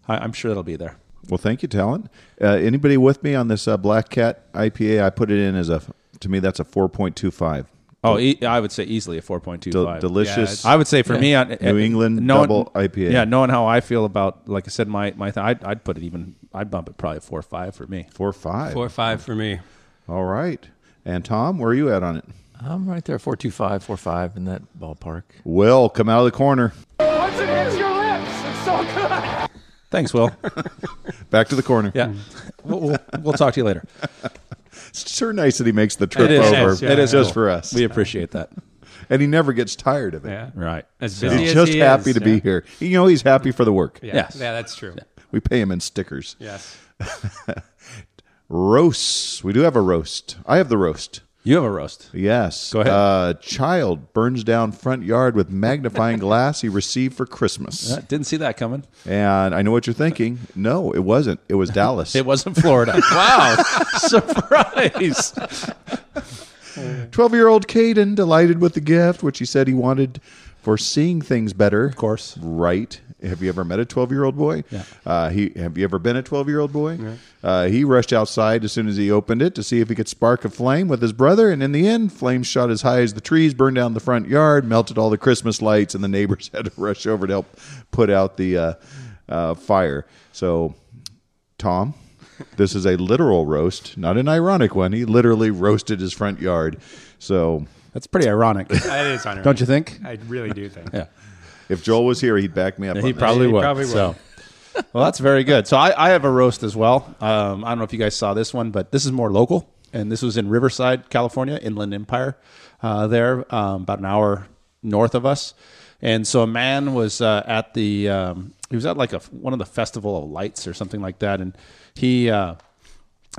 [SPEAKER 3] I, I'm sure it'll be there.
[SPEAKER 2] Well, thank you, Talent. Uh, anybody with me on this uh, Black Cat IPA? I put it in as a to me that's a four point two five.
[SPEAKER 3] Oh, e- I would say easily a 4.25.
[SPEAKER 2] delicious.
[SPEAKER 3] I would say for me, on,
[SPEAKER 2] New England double IPA.
[SPEAKER 3] Yeah, knowing how I feel about, like I said, my my, th- I'd, I'd put it even, I'd bump it probably four or five for me.
[SPEAKER 2] Four five.
[SPEAKER 4] Four or five for me.
[SPEAKER 2] All right. And Tom, where are you at on it?
[SPEAKER 1] I'm right there, 425, 45 in that ballpark.
[SPEAKER 2] Will, come out of the corner.
[SPEAKER 6] Once it hits your lips, it's so good.
[SPEAKER 3] Thanks, Will.
[SPEAKER 2] Back to the corner.
[SPEAKER 3] *laughs*
[SPEAKER 4] *laughs*
[SPEAKER 3] Yeah, we'll, we'll, we'll talk to you later.
[SPEAKER 2] It's sure nice that he makes the trip
[SPEAKER 3] is
[SPEAKER 2] over.
[SPEAKER 4] nice, yeah.
[SPEAKER 2] It is just
[SPEAKER 3] cool.
[SPEAKER 2] for us.
[SPEAKER 3] We appreciate that.
[SPEAKER 2] and he never gets tired of it.
[SPEAKER 4] Yeah.
[SPEAKER 3] Right.
[SPEAKER 4] As
[SPEAKER 3] So-
[SPEAKER 4] busy
[SPEAKER 2] He's
[SPEAKER 4] as
[SPEAKER 2] just
[SPEAKER 4] he
[SPEAKER 2] happy
[SPEAKER 4] is,
[SPEAKER 2] to
[SPEAKER 4] yeah.
[SPEAKER 2] be here. You know, he's happy for the work.
[SPEAKER 4] Yeah.
[SPEAKER 3] Yes.
[SPEAKER 4] Yeah, that's true.
[SPEAKER 2] We pay him in stickers.
[SPEAKER 4] Yes.
[SPEAKER 2] Roasts. We do have a roast. I have the roast.
[SPEAKER 3] you have
[SPEAKER 2] *laughs*
[SPEAKER 3] a roast.
[SPEAKER 2] Yes.
[SPEAKER 3] Go ahead.
[SPEAKER 2] Uh, child burns down front yard with
[SPEAKER 4] *laughs*
[SPEAKER 2] magnifying glass he received for Christmas.
[SPEAKER 3] Uh, Didn't see that coming.
[SPEAKER 2] And I know what you're thinking. No, it wasn't. It
[SPEAKER 4] *laughs*
[SPEAKER 2] was Dallas.
[SPEAKER 3] It wasn't Florida. *laughs* wow. Surprise.
[SPEAKER 2] 12 year old Caden delighted with the gift, which he said he wanted for seeing things better. Of
[SPEAKER 3] course.
[SPEAKER 2] Right. Have you ever met a 12 year old boy?
[SPEAKER 3] Yeah.
[SPEAKER 2] Uh, he, have you ever been a 12 year old boy? Uh, he rushed outside as soon as he opened it to see if he could spark a flame with his brother. And in the end, flames shot as high as the trees, burned down the front yard, melted all the Christmas lights, and the neighbors *laughs* had to rush over to help put out the uh, uh, fire. So, Tom. This is a literal roast, not an ironic one. He literally roasted his front yard. So
[SPEAKER 3] That's pretty ironic.
[SPEAKER 4] That is on
[SPEAKER 3] Don't you think?
[SPEAKER 4] I really do think.
[SPEAKER 3] Yeah.
[SPEAKER 2] if Joel was here, he'd back me up.
[SPEAKER 3] He
[SPEAKER 2] on this.
[SPEAKER 3] probably
[SPEAKER 4] He
[SPEAKER 3] would.
[SPEAKER 4] probably would.
[SPEAKER 3] So. Well, that's very good. So I, I have a roast as well. Um, I don't know if you guys saw this one, but this is more local, and this was in Riverside, California, Inland Empire, uh, there um, about an hour north of us. And so a man was uh, at the um, he was at like a one of the festival of lights or something like that, and he uh,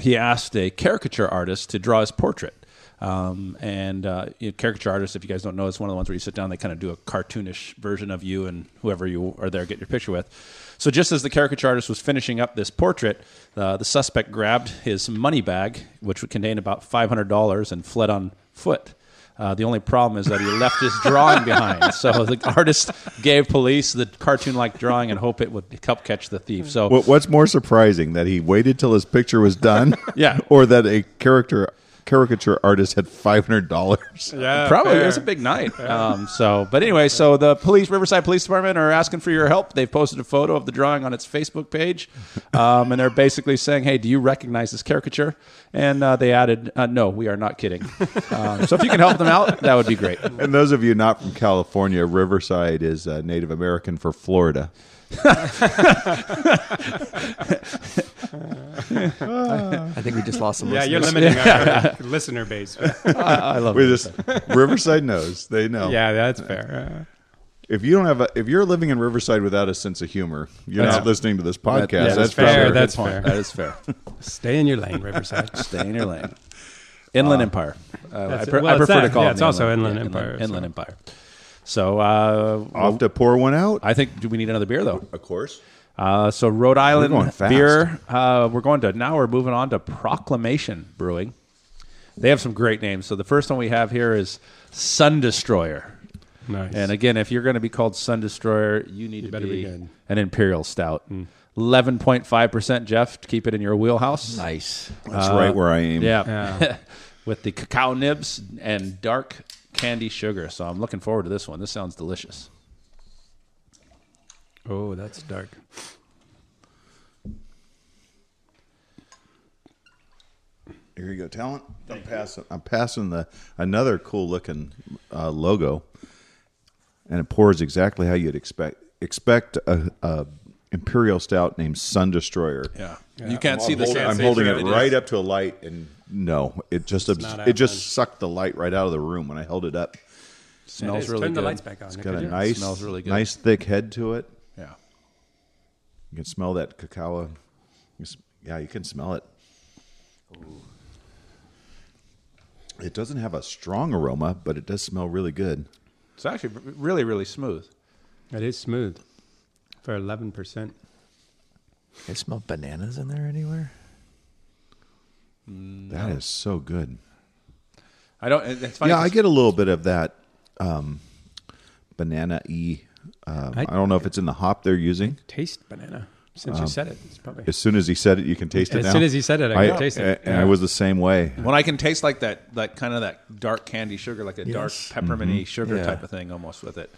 [SPEAKER 3] he asked a caricature artist to draw his portrait. Um, and uh, you know, caricature artist, if you guys don't know, it's one of the ones where you sit down, they kind of do a cartoonish version of you and whoever you are there, get your picture with. So just as the caricature artist was finishing up this portrait, uh, the suspect grabbed his money bag, which would contain about five hundred dollars, and fled on foot. Uh, the only problem is that he left his drawing behind. So the artist gave police the cartoon-like drawing and hope it would help catch the thief. So
[SPEAKER 2] What, what's more surprising that he waited till his picture was done,
[SPEAKER 3] *laughs* Yeah.
[SPEAKER 2] or that a character caricature artist had five hundred dollars?
[SPEAKER 4] Yeah,
[SPEAKER 3] Probably
[SPEAKER 4] fair.
[SPEAKER 3] it was a big night. Um, so, but anyway, so the police, Riverside Police Department, are asking for your help. They've posted a photo of the drawing on its Facebook page, um, and they're basically saying, "Hey, do you recognize this caricature?" And uh, they added, uh, "No, we are not kidding." Um, so, if you can help them out, that would be
[SPEAKER 4] *laughs*
[SPEAKER 3] great.
[SPEAKER 2] And those of you not from California, Riverside is uh, Native American for Florida.
[SPEAKER 1] I think we just lost some
[SPEAKER 4] Yeah, you're
[SPEAKER 1] listeners.
[SPEAKER 4] limiting our
[SPEAKER 3] *laughs*
[SPEAKER 4] listener base.
[SPEAKER 3] I love
[SPEAKER 2] We
[SPEAKER 3] it.
[SPEAKER 2] just Riverside knows they know.
[SPEAKER 4] Yeah, that's fair.
[SPEAKER 2] If you don't have a, if you're living in Riverside without a sense of humor, you're not listening to this podcast.
[SPEAKER 3] yeah,
[SPEAKER 2] that's,
[SPEAKER 3] that's
[SPEAKER 2] for
[SPEAKER 4] fair.
[SPEAKER 2] sure.
[SPEAKER 4] That's
[SPEAKER 3] Good
[SPEAKER 4] fair.
[SPEAKER 3] That is
[SPEAKER 4] *laughs*
[SPEAKER 3] fair.
[SPEAKER 4] Uh, stay in your
[SPEAKER 3] *laughs*
[SPEAKER 4] lane, Riverside.
[SPEAKER 3] Stay in your lane. Inland Empire. Uh, I,
[SPEAKER 4] That's it.
[SPEAKER 3] pre-
[SPEAKER 4] Well,
[SPEAKER 3] I
[SPEAKER 4] it's
[SPEAKER 3] prefer
[SPEAKER 4] that.
[SPEAKER 3] to call
[SPEAKER 4] Yeah,
[SPEAKER 3] it
[SPEAKER 4] it's
[SPEAKER 3] the
[SPEAKER 4] also
[SPEAKER 3] yeah,
[SPEAKER 4] Inland Empire, so.
[SPEAKER 3] Inland Empire. So, uh,
[SPEAKER 2] Off to pour one out,
[SPEAKER 3] I think do we need another beer though?
[SPEAKER 2] of course.
[SPEAKER 3] Uh, so Rhode Island
[SPEAKER 2] going fast.
[SPEAKER 3] beer. Uh, we're going to now. We're moving on to Proclamation Brewing. They have some great names. So the first one we have here is Sun Destroyer.
[SPEAKER 4] Nice.
[SPEAKER 3] And again, if you're going to be called Sun Destroyer, you need to
[SPEAKER 4] better
[SPEAKER 3] be,
[SPEAKER 4] be good.
[SPEAKER 3] an Imperial Stout.
[SPEAKER 2] Mm.
[SPEAKER 3] Eleven point five percent, Jeff. To keep it in your wheelhouse.
[SPEAKER 1] Nice.
[SPEAKER 2] That's right where I aim.
[SPEAKER 3] Yeah. *laughs* With the cacao nibs and dark candy sugar. So I'm looking forward to this one. This sounds delicious.
[SPEAKER 4] oh, that's dark.
[SPEAKER 2] Here you go, talent. I'm passing. I'm passing the another cool looking uh, logo, and it pours exactly how you'd expect. Expect a, a imperial stout named Sun Destroyer.
[SPEAKER 3] Yeah. You can't see the
[SPEAKER 2] Hold-
[SPEAKER 3] sand.
[SPEAKER 2] I'm holding it right up to a light, and no, it just abs-
[SPEAKER 4] not
[SPEAKER 2] it just
[SPEAKER 4] happening.
[SPEAKER 2] sucked the light right out of the room when I held it up.
[SPEAKER 3] Smells
[SPEAKER 4] It is.
[SPEAKER 3] really
[SPEAKER 4] Turn
[SPEAKER 3] good.
[SPEAKER 4] the lights back on.
[SPEAKER 2] It's
[SPEAKER 4] Nick,
[SPEAKER 2] got
[SPEAKER 4] would
[SPEAKER 2] a
[SPEAKER 4] you?
[SPEAKER 2] nice,
[SPEAKER 3] smells really good.
[SPEAKER 2] nice thick head to it.
[SPEAKER 3] Yeah.
[SPEAKER 2] You can smell that cacao. You s- Yeah, you can smell it. It doesn't have a strong aroma, but it does smell really good.
[SPEAKER 3] It's actually r- really, really smooth.
[SPEAKER 4] It is smooth for eleven percent.
[SPEAKER 1] I smell bananas in there anywhere.
[SPEAKER 2] That is so good.
[SPEAKER 3] I don't. it- It's funny.
[SPEAKER 2] yeah, I
[SPEAKER 3] 'cause
[SPEAKER 2] get a little bit of that um, banana y. Um, I,
[SPEAKER 4] I-
[SPEAKER 2] don't know if it's in the hop they're using.
[SPEAKER 4] Taste banana. Since you said it, it's probably
[SPEAKER 2] As soon as he said it, you can taste it.
[SPEAKER 4] As
[SPEAKER 2] now.
[SPEAKER 4] soon as he said it, I could taste it.
[SPEAKER 2] And I was the same way.
[SPEAKER 3] When I can taste like that, like kind of that dark candy sugar, like a dark
[SPEAKER 2] Mm-hmm.
[SPEAKER 3] pepperminty sugar
[SPEAKER 1] Yeah.
[SPEAKER 3] type of thing, almost with it.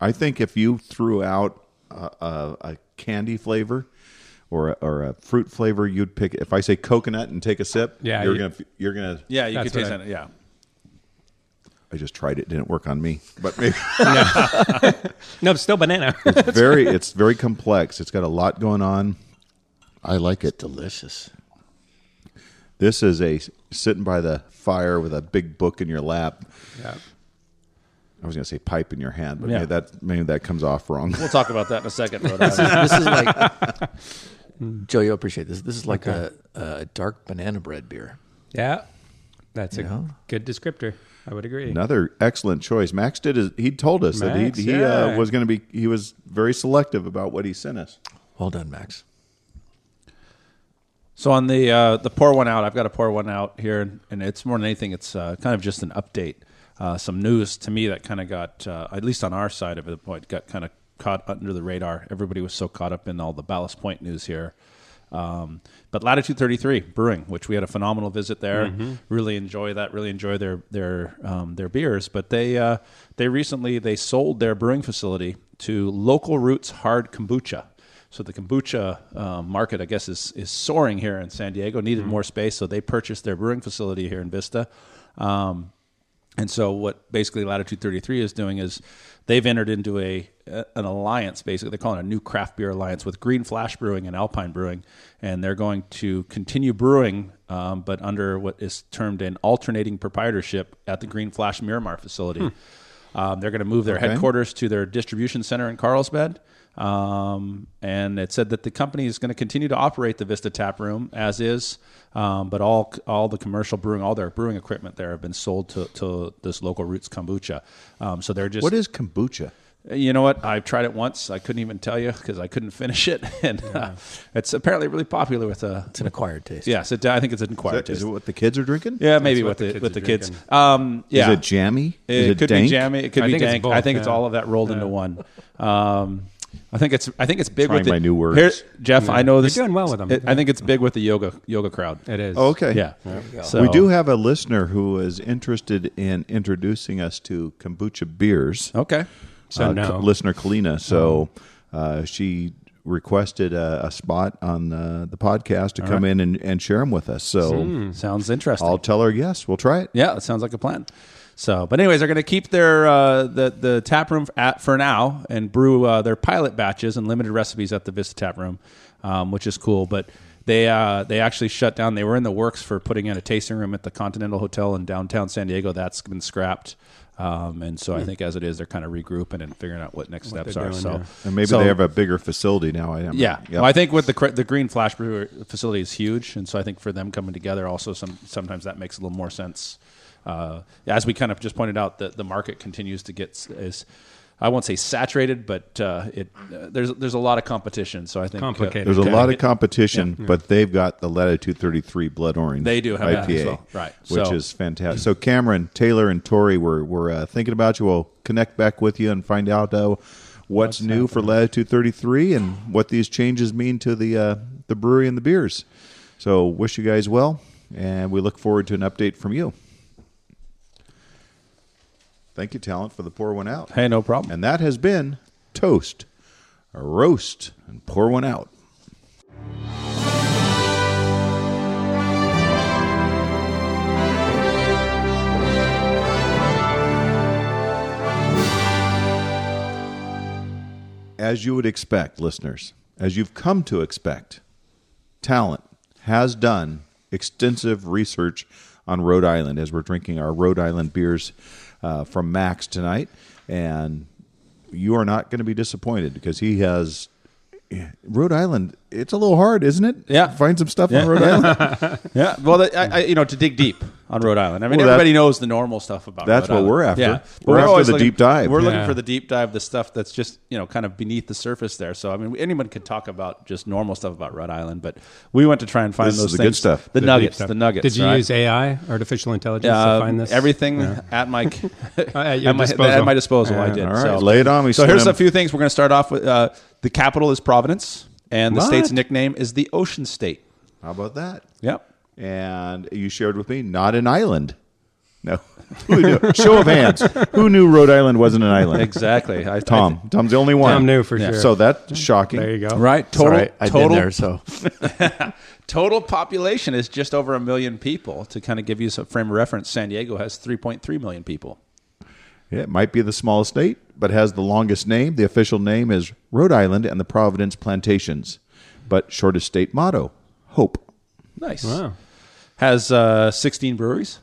[SPEAKER 2] I think if you threw out a, a, a candy flavor or a, or a fruit flavor, you'd pick. If I say coconut and take a sip,
[SPEAKER 4] Yeah,
[SPEAKER 2] you're
[SPEAKER 4] you-
[SPEAKER 2] gonna you're gonna.
[SPEAKER 3] Yeah, you
[SPEAKER 4] That's
[SPEAKER 3] could taste
[SPEAKER 4] what I-
[SPEAKER 3] that. Yeah,
[SPEAKER 2] I just tried it; didn't work on me, *laughs* but maybe
[SPEAKER 4] no, it's
[SPEAKER 3] *laughs*
[SPEAKER 4] still banana.
[SPEAKER 2] it's very it's very complex. It's got a lot going on. I like it.
[SPEAKER 1] Delicious.
[SPEAKER 2] This is a sitting by the fire with a big book in your lap.
[SPEAKER 4] yeah.
[SPEAKER 2] I was gonna say pipe in your hand, but
[SPEAKER 3] Yeah.
[SPEAKER 2] maybe that maybe that comes off wrong. *laughs*
[SPEAKER 3] we'll talk about that in a second. *laughs* uh, Rhode Island.
[SPEAKER 1] this is like *laughs* Joe. You'll appreciate this. This is like a, a dark banana bread beer.
[SPEAKER 4] Yeah. That's a
[SPEAKER 1] Yeah.
[SPEAKER 4] good descriptor. I would agree.
[SPEAKER 2] Another excellent choice. Max did. His, he told us that
[SPEAKER 4] Max,
[SPEAKER 2] he, he uh,
[SPEAKER 4] yeah.
[SPEAKER 2] was going to be. He was very selective about what he sent us.
[SPEAKER 1] Well done, Max.
[SPEAKER 3] So on the uh, the pour one out, I've got to pour one out here, and, and it's more than anything, it's uh, kind of just an update, uh, some news to me that kind of got uh, at least on our side of the point got kind of caught under the radar. Everybody was so caught up in all the Ballast Point news here. Um, but Latitude 33 Brewing, which we had a phenomenal visit there, really enjoy that. Really enjoy their their um, their beers. But they uh, they recently they sold their brewing facility to Local Roots Hard Kombucha. So the kombucha uh, market, I guess, is is soaring here in San Diego. Needed more space, so they purchased their brewing facility here in Vista. Um, and so, what basically Latitude 33 is doing is they've entered into a a- an alliance. Basically, they're calling it a new craft beer alliance with Green Flash Brewing and Alpine Brewing, and they're going to continue brewing, um, but under what is termed an alternating proprietorship at the Green Flash Miramar facility. Um, they're going to move their headquarters to their distribution center in Carlsbad. Um, and it said that the company is going to continue to operate the Vista Tap Room as is, um, but all all the commercial brewing, all their brewing equipment there have been sold to, to this local Roots Kombucha. Um, so they're just
[SPEAKER 2] What is kombucha?
[SPEAKER 3] you know what? I tried it once. I couldn't even tell you because I couldn't finish it, *laughs* and uh, it's apparently really popular with uh,
[SPEAKER 1] It's an acquired taste.
[SPEAKER 3] yes, it, I think it's an
[SPEAKER 2] Is
[SPEAKER 3] acquired
[SPEAKER 2] that- is
[SPEAKER 3] taste.
[SPEAKER 2] it what the kids are drinking?
[SPEAKER 3] Yeah, maybe with
[SPEAKER 4] what
[SPEAKER 3] the,
[SPEAKER 4] the kids
[SPEAKER 3] with
[SPEAKER 4] are
[SPEAKER 3] the kids.
[SPEAKER 4] drinking.
[SPEAKER 3] Um, yeah,
[SPEAKER 2] Is it jammy?
[SPEAKER 3] it,
[SPEAKER 2] Is
[SPEAKER 3] could
[SPEAKER 2] dank?
[SPEAKER 3] be jammy. It could
[SPEAKER 4] I
[SPEAKER 3] be
[SPEAKER 4] think it's
[SPEAKER 3] dank.
[SPEAKER 4] both,
[SPEAKER 3] I think it's
[SPEAKER 4] yeah.
[SPEAKER 3] all of that rolled into one. Um, I think it's. I think it's big
[SPEAKER 2] Trying
[SPEAKER 3] with the,
[SPEAKER 2] my new words.
[SPEAKER 3] Jeff. I know this.
[SPEAKER 4] doing well with them.
[SPEAKER 3] it- I think it's big with the yoga yoga crowd.
[SPEAKER 4] It is.
[SPEAKER 2] Oh, okay.
[SPEAKER 3] Yeah. So,
[SPEAKER 2] We do have a listener who is interested in introducing us to kombucha beers.
[SPEAKER 3] Okay.
[SPEAKER 4] So
[SPEAKER 2] uh,
[SPEAKER 4] no.
[SPEAKER 2] listener Kalina. So
[SPEAKER 3] Oh.
[SPEAKER 2] uh, she requested a, a spot on the, the podcast to come in and, and share them with us. So
[SPEAKER 3] Sounds interesting.
[SPEAKER 2] I'll tell her yes. We'll try it.
[SPEAKER 3] Yeah, that sounds like a plan. So, but anyways, they're going to keep their uh, the the tap room at for now and brew uh, their pilot batches and limited recipes at the Vista Tap Room, um, which is cool. But they uh, they actually shut down. They were in the works for putting in a tasting room at the Continental Hotel in downtown San Diego. That's been scrapped. Um, and
[SPEAKER 2] Hmm.
[SPEAKER 3] so I think as it is, they're kind of regrouping and figuring out what next steps
[SPEAKER 4] they're
[SPEAKER 3] are.
[SPEAKER 4] doing,
[SPEAKER 3] So,
[SPEAKER 4] yeah.
[SPEAKER 2] And maybe
[SPEAKER 3] so-
[SPEAKER 2] they have a bigger facility now. I am.
[SPEAKER 3] yeah.
[SPEAKER 2] Yep.
[SPEAKER 3] Well, I think with the cre- the Green Flash Brewer facility is huge, and so I think for them coming together also some sometimes that makes a little more sense. Uh, as we kind of just pointed out, the the market continues to get s- is. I won't say saturated, but uh, it uh, there's there's a lot of competition. So I think uh,
[SPEAKER 4] Complicated.
[SPEAKER 2] There's a
[SPEAKER 4] Okay.
[SPEAKER 2] lot of competition, but they've got the Latitude 33 Blood Orange.
[SPEAKER 3] They do have
[SPEAKER 2] IPA,
[SPEAKER 3] that as well. Right.
[SPEAKER 2] Which
[SPEAKER 3] So-
[SPEAKER 2] is fantastic. So Cameron, Taylor, and Tori, we're we're uh, thinking about you. We'll connect back with you and find out uh, what's, new for Latitude 33 and what these changes mean to the uh, the brewery and the beers. So wish you guys well, and we look forward to an update from you. Thank you, Talent, for the pour one out.
[SPEAKER 3] Hey, no problem.
[SPEAKER 2] And that has been toast, roast, and pour one out. As you would expect, listeners, as you've come to expect, Talent has done extensive research on Rhode Island as we're drinking our Rhode Island beers uh, from Max tonight. And you are not going to be disappointed because he has. eh, Rhode Island, it's a little hard, isn't it?
[SPEAKER 3] Yeah.
[SPEAKER 2] Find some stuff
[SPEAKER 3] Yeah.
[SPEAKER 2] on Rhode
[SPEAKER 3] *laughs*
[SPEAKER 2] Island.
[SPEAKER 3] Yeah, well, that- I, I, you know, to dig deep on Rhode Island. I mean,
[SPEAKER 2] Well, that-
[SPEAKER 3] everybody knows the normal stuff about.
[SPEAKER 2] That's
[SPEAKER 3] Rhode
[SPEAKER 2] what
[SPEAKER 3] Island.
[SPEAKER 2] we're after.
[SPEAKER 3] Yeah.
[SPEAKER 2] We're after
[SPEAKER 3] always
[SPEAKER 2] the
[SPEAKER 3] looking-
[SPEAKER 2] deep dive.
[SPEAKER 3] We're looking
[SPEAKER 4] Yeah.
[SPEAKER 3] for the deep dive, the stuff that's just you know kind of beneath the surface there. So I mean, anyone could talk about just normal stuff about Rhode Island, but we went to try and find
[SPEAKER 2] This is
[SPEAKER 3] those
[SPEAKER 2] the good
[SPEAKER 3] things,
[SPEAKER 2] stuff.
[SPEAKER 3] the,
[SPEAKER 2] The deep
[SPEAKER 3] nuggets,
[SPEAKER 4] stuff.
[SPEAKER 3] the nuggets.
[SPEAKER 4] Did you
[SPEAKER 3] right?
[SPEAKER 4] use AI, artificial intelligence,
[SPEAKER 3] Uh,
[SPEAKER 4] to find this?
[SPEAKER 3] everything at
[SPEAKER 4] *laughs*
[SPEAKER 3] my
[SPEAKER 4] At your
[SPEAKER 3] my,
[SPEAKER 4] disposal.
[SPEAKER 3] at my disposal? I did.
[SPEAKER 2] All right,
[SPEAKER 3] so.
[SPEAKER 2] lay it on me.
[SPEAKER 3] So here's
[SPEAKER 2] Slim.
[SPEAKER 3] a few things we're going to start off with. Uh, the capital is Providence, and the state's nickname is the Ocean State.
[SPEAKER 2] How about that?
[SPEAKER 3] Yep.
[SPEAKER 2] And you shared with me, not an island. No. *laughs* Who knew? Show of hands. Who knew Rhode Island wasn't an island?
[SPEAKER 3] Exactly. I, I
[SPEAKER 2] Tom. Tom's the only one.
[SPEAKER 4] Tom knew for sure.
[SPEAKER 2] So that's shocking.
[SPEAKER 4] There you go.
[SPEAKER 3] Right.
[SPEAKER 1] It's all
[SPEAKER 3] Total.
[SPEAKER 1] right. I've
[SPEAKER 3] total,
[SPEAKER 1] been there, so *laughs*
[SPEAKER 3] total population is just over a million people. To kind of give you some frame of reference, San Diego has 3.3 million people.
[SPEAKER 2] It might be the smallest state, but has the longest name. The official name is Rhode Island and the Providence Plantations, but shortest state motto, hope.
[SPEAKER 3] Nice.
[SPEAKER 4] Wow.
[SPEAKER 3] Has uh, 16 breweries.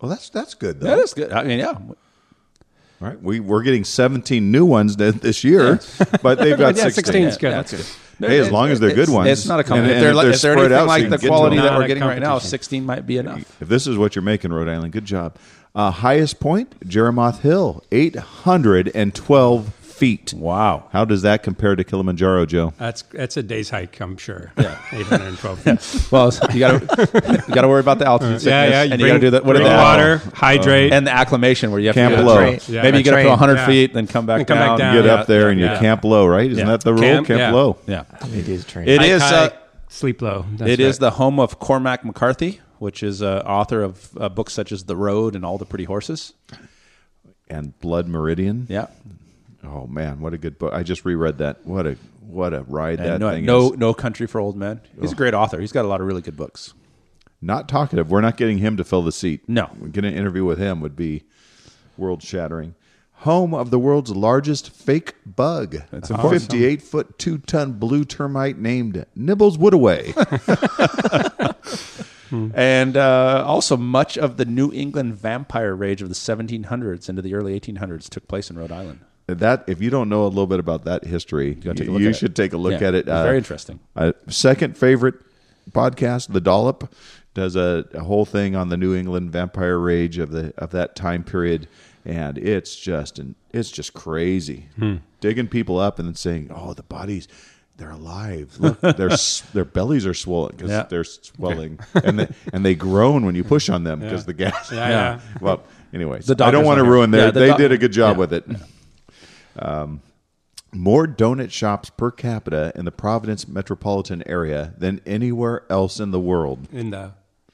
[SPEAKER 2] Well, that's that's good though.
[SPEAKER 3] That is good. I mean, yeah.
[SPEAKER 2] All right, we we're getting 17 new ones th- this year, *laughs* but they've got
[SPEAKER 4] *laughs* Yeah,
[SPEAKER 2] 16.
[SPEAKER 4] 16's good.
[SPEAKER 3] That's good.
[SPEAKER 2] Hey, as long as they're good
[SPEAKER 3] It's-
[SPEAKER 2] ones.
[SPEAKER 3] It's not a
[SPEAKER 2] And-
[SPEAKER 3] competition.
[SPEAKER 2] and
[SPEAKER 3] If they're,
[SPEAKER 2] if
[SPEAKER 3] like-
[SPEAKER 2] they're
[SPEAKER 3] if they're
[SPEAKER 2] spread
[SPEAKER 3] anything
[SPEAKER 2] out so you
[SPEAKER 3] like
[SPEAKER 2] can
[SPEAKER 3] the
[SPEAKER 2] get to
[SPEAKER 3] quality
[SPEAKER 2] them.
[SPEAKER 3] that
[SPEAKER 4] Not
[SPEAKER 3] we're
[SPEAKER 4] a
[SPEAKER 3] getting right now,
[SPEAKER 4] competition.
[SPEAKER 3] 16 might be
[SPEAKER 2] *laughs*
[SPEAKER 3] enough.
[SPEAKER 2] If this is what you're making, Rhode Island, good job. Uh, highest point, Jeremoth Hill, 812 feet.
[SPEAKER 3] Wow.
[SPEAKER 2] How does that compare to Kilimanjaro, Joe?
[SPEAKER 4] That's that's a day's hike, I'm sure. Yeah,
[SPEAKER 3] *laughs*
[SPEAKER 4] 812. yeah,
[SPEAKER 3] Well, you got you got to worry about the altitude sickness,
[SPEAKER 4] yeah.
[SPEAKER 3] and you
[SPEAKER 4] bring-
[SPEAKER 3] got to do that. What are
[SPEAKER 4] drink
[SPEAKER 3] the Uh,
[SPEAKER 4] water, hydrate,
[SPEAKER 3] and the acclimation where you have
[SPEAKER 2] Camp
[SPEAKER 3] to get
[SPEAKER 2] low.
[SPEAKER 3] Maybe
[SPEAKER 4] Yeah.
[SPEAKER 3] you get up to
[SPEAKER 1] Train.
[SPEAKER 3] 100
[SPEAKER 4] Yeah.
[SPEAKER 3] feet, then come back
[SPEAKER 4] And come
[SPEAKER 3] down.
[SPEAKER 4] back down.
[SPEAKER 2] Get
[SPEAKER 4] Yeah,
[SPEAKER 2] up there
[SPEAKER 4] yeah,
[SPEAKER 2] and you
[SPEAKER 4] yeah.
[SPEAKER 2] camp low, right? Isn't
[SPEAKER 3] Yeah.
[SPEAKER 2] that the rule? Camp,
[SPEAKER 4] Camp, yeah.
[SPEAKER 2] low.
[SPEAKER 3] Yeah.
[SPEAKER 1] it is train.
[SPEAKER 3] It
[SPEAKER 4] hike,
[SPEAKER 3] is. Uh,
[SPEAKER 4] hike, sleep low. That's
[SPEAKER 3] It is
[SPEAKER 4] right.
[SPEAKER 3] the home of Cormac McCarthy, which is uh, author of uh, books such as The Road and All the Pretty Horses.
[SPEAKER 2] And Blood Meridian.
[SPEAKER 3] Yeah,
[SPEAKER 2] Oh man, what a good book! I just reread that. What a what a ride
[SPEAKER 3] and
[SPEAKER 2] that
[SPEAKER 3] no,
[SPEAKER 2] thing
[SPEAKER 3] no,
[SPEAKER 2] is.
[SPEAKER 3] no Country for Old Men. He's a great author. He's got a lot of really good books.
[SPEAKER 2] Not talkative. We're not getting him to fill the seat.
[SPEAKER 3] No.
[SPEAKER 2] getting an interview with him would be world shattering. Home of the world's largest fake bug, That's a fifty-eight foot, two-ton blue termite named Nibbles Woodaway. *laughs*
[SPEAKER 3] And uh, also, much of the New England vampire rage of the 1700s into the early 1800s took place in Rhode Island.
[SPEAKER 2] that if you don't know a little bit about that history, you,
[SPEAKER 3] gotta take a look
[SPEAKER 2] you
[SPEAKER 3] at it.
[SPEAKER 2] should take a look
[SPEAKER 3] Yeah,
[SPEAKER 2] at it.
[SPEAKER 3] it's very interesting.
[SPEAKER 2] Uh, second favorite podcast, The Dollop, does a, a whole thing on the New England vampire rage of the of that time period, and it's just an it's just crazy
[SPEAKER 3] Hmm.
[SPEAKER 2] digging people up and then saying, "Oh, the bodies." They're alive. Look, *laughs* their s- their bellies are swollen because
[SPEAKER 3] Yeah.
[SPEAKER 2] they're swelling, and they, and they groan when you push on them because the gas. *laughs*
[SPEAKER 4] Yeah, yeah.
[SPEAKER 2] Well, anyways,
[SPEAKER 3] The
[SPEAKER 2] I don't
[SPEAKER 3] doctor's
[SPEAKER 2] want to
[SPEAKER 3] not here.
[SPEAKER 2] ruin their.
[SPEAKER 3] Yeah, the
[SPEAKER 2] they
[SPEAKER 3] doc-
[SPEAKER 2] did a good job
[SPEAKER 3] yeah.
[SPEAKER 2] with it Um, more donut shops per capita in the Providence metropolitan area than anywhere else in the world.
[SPEAKER 4] in the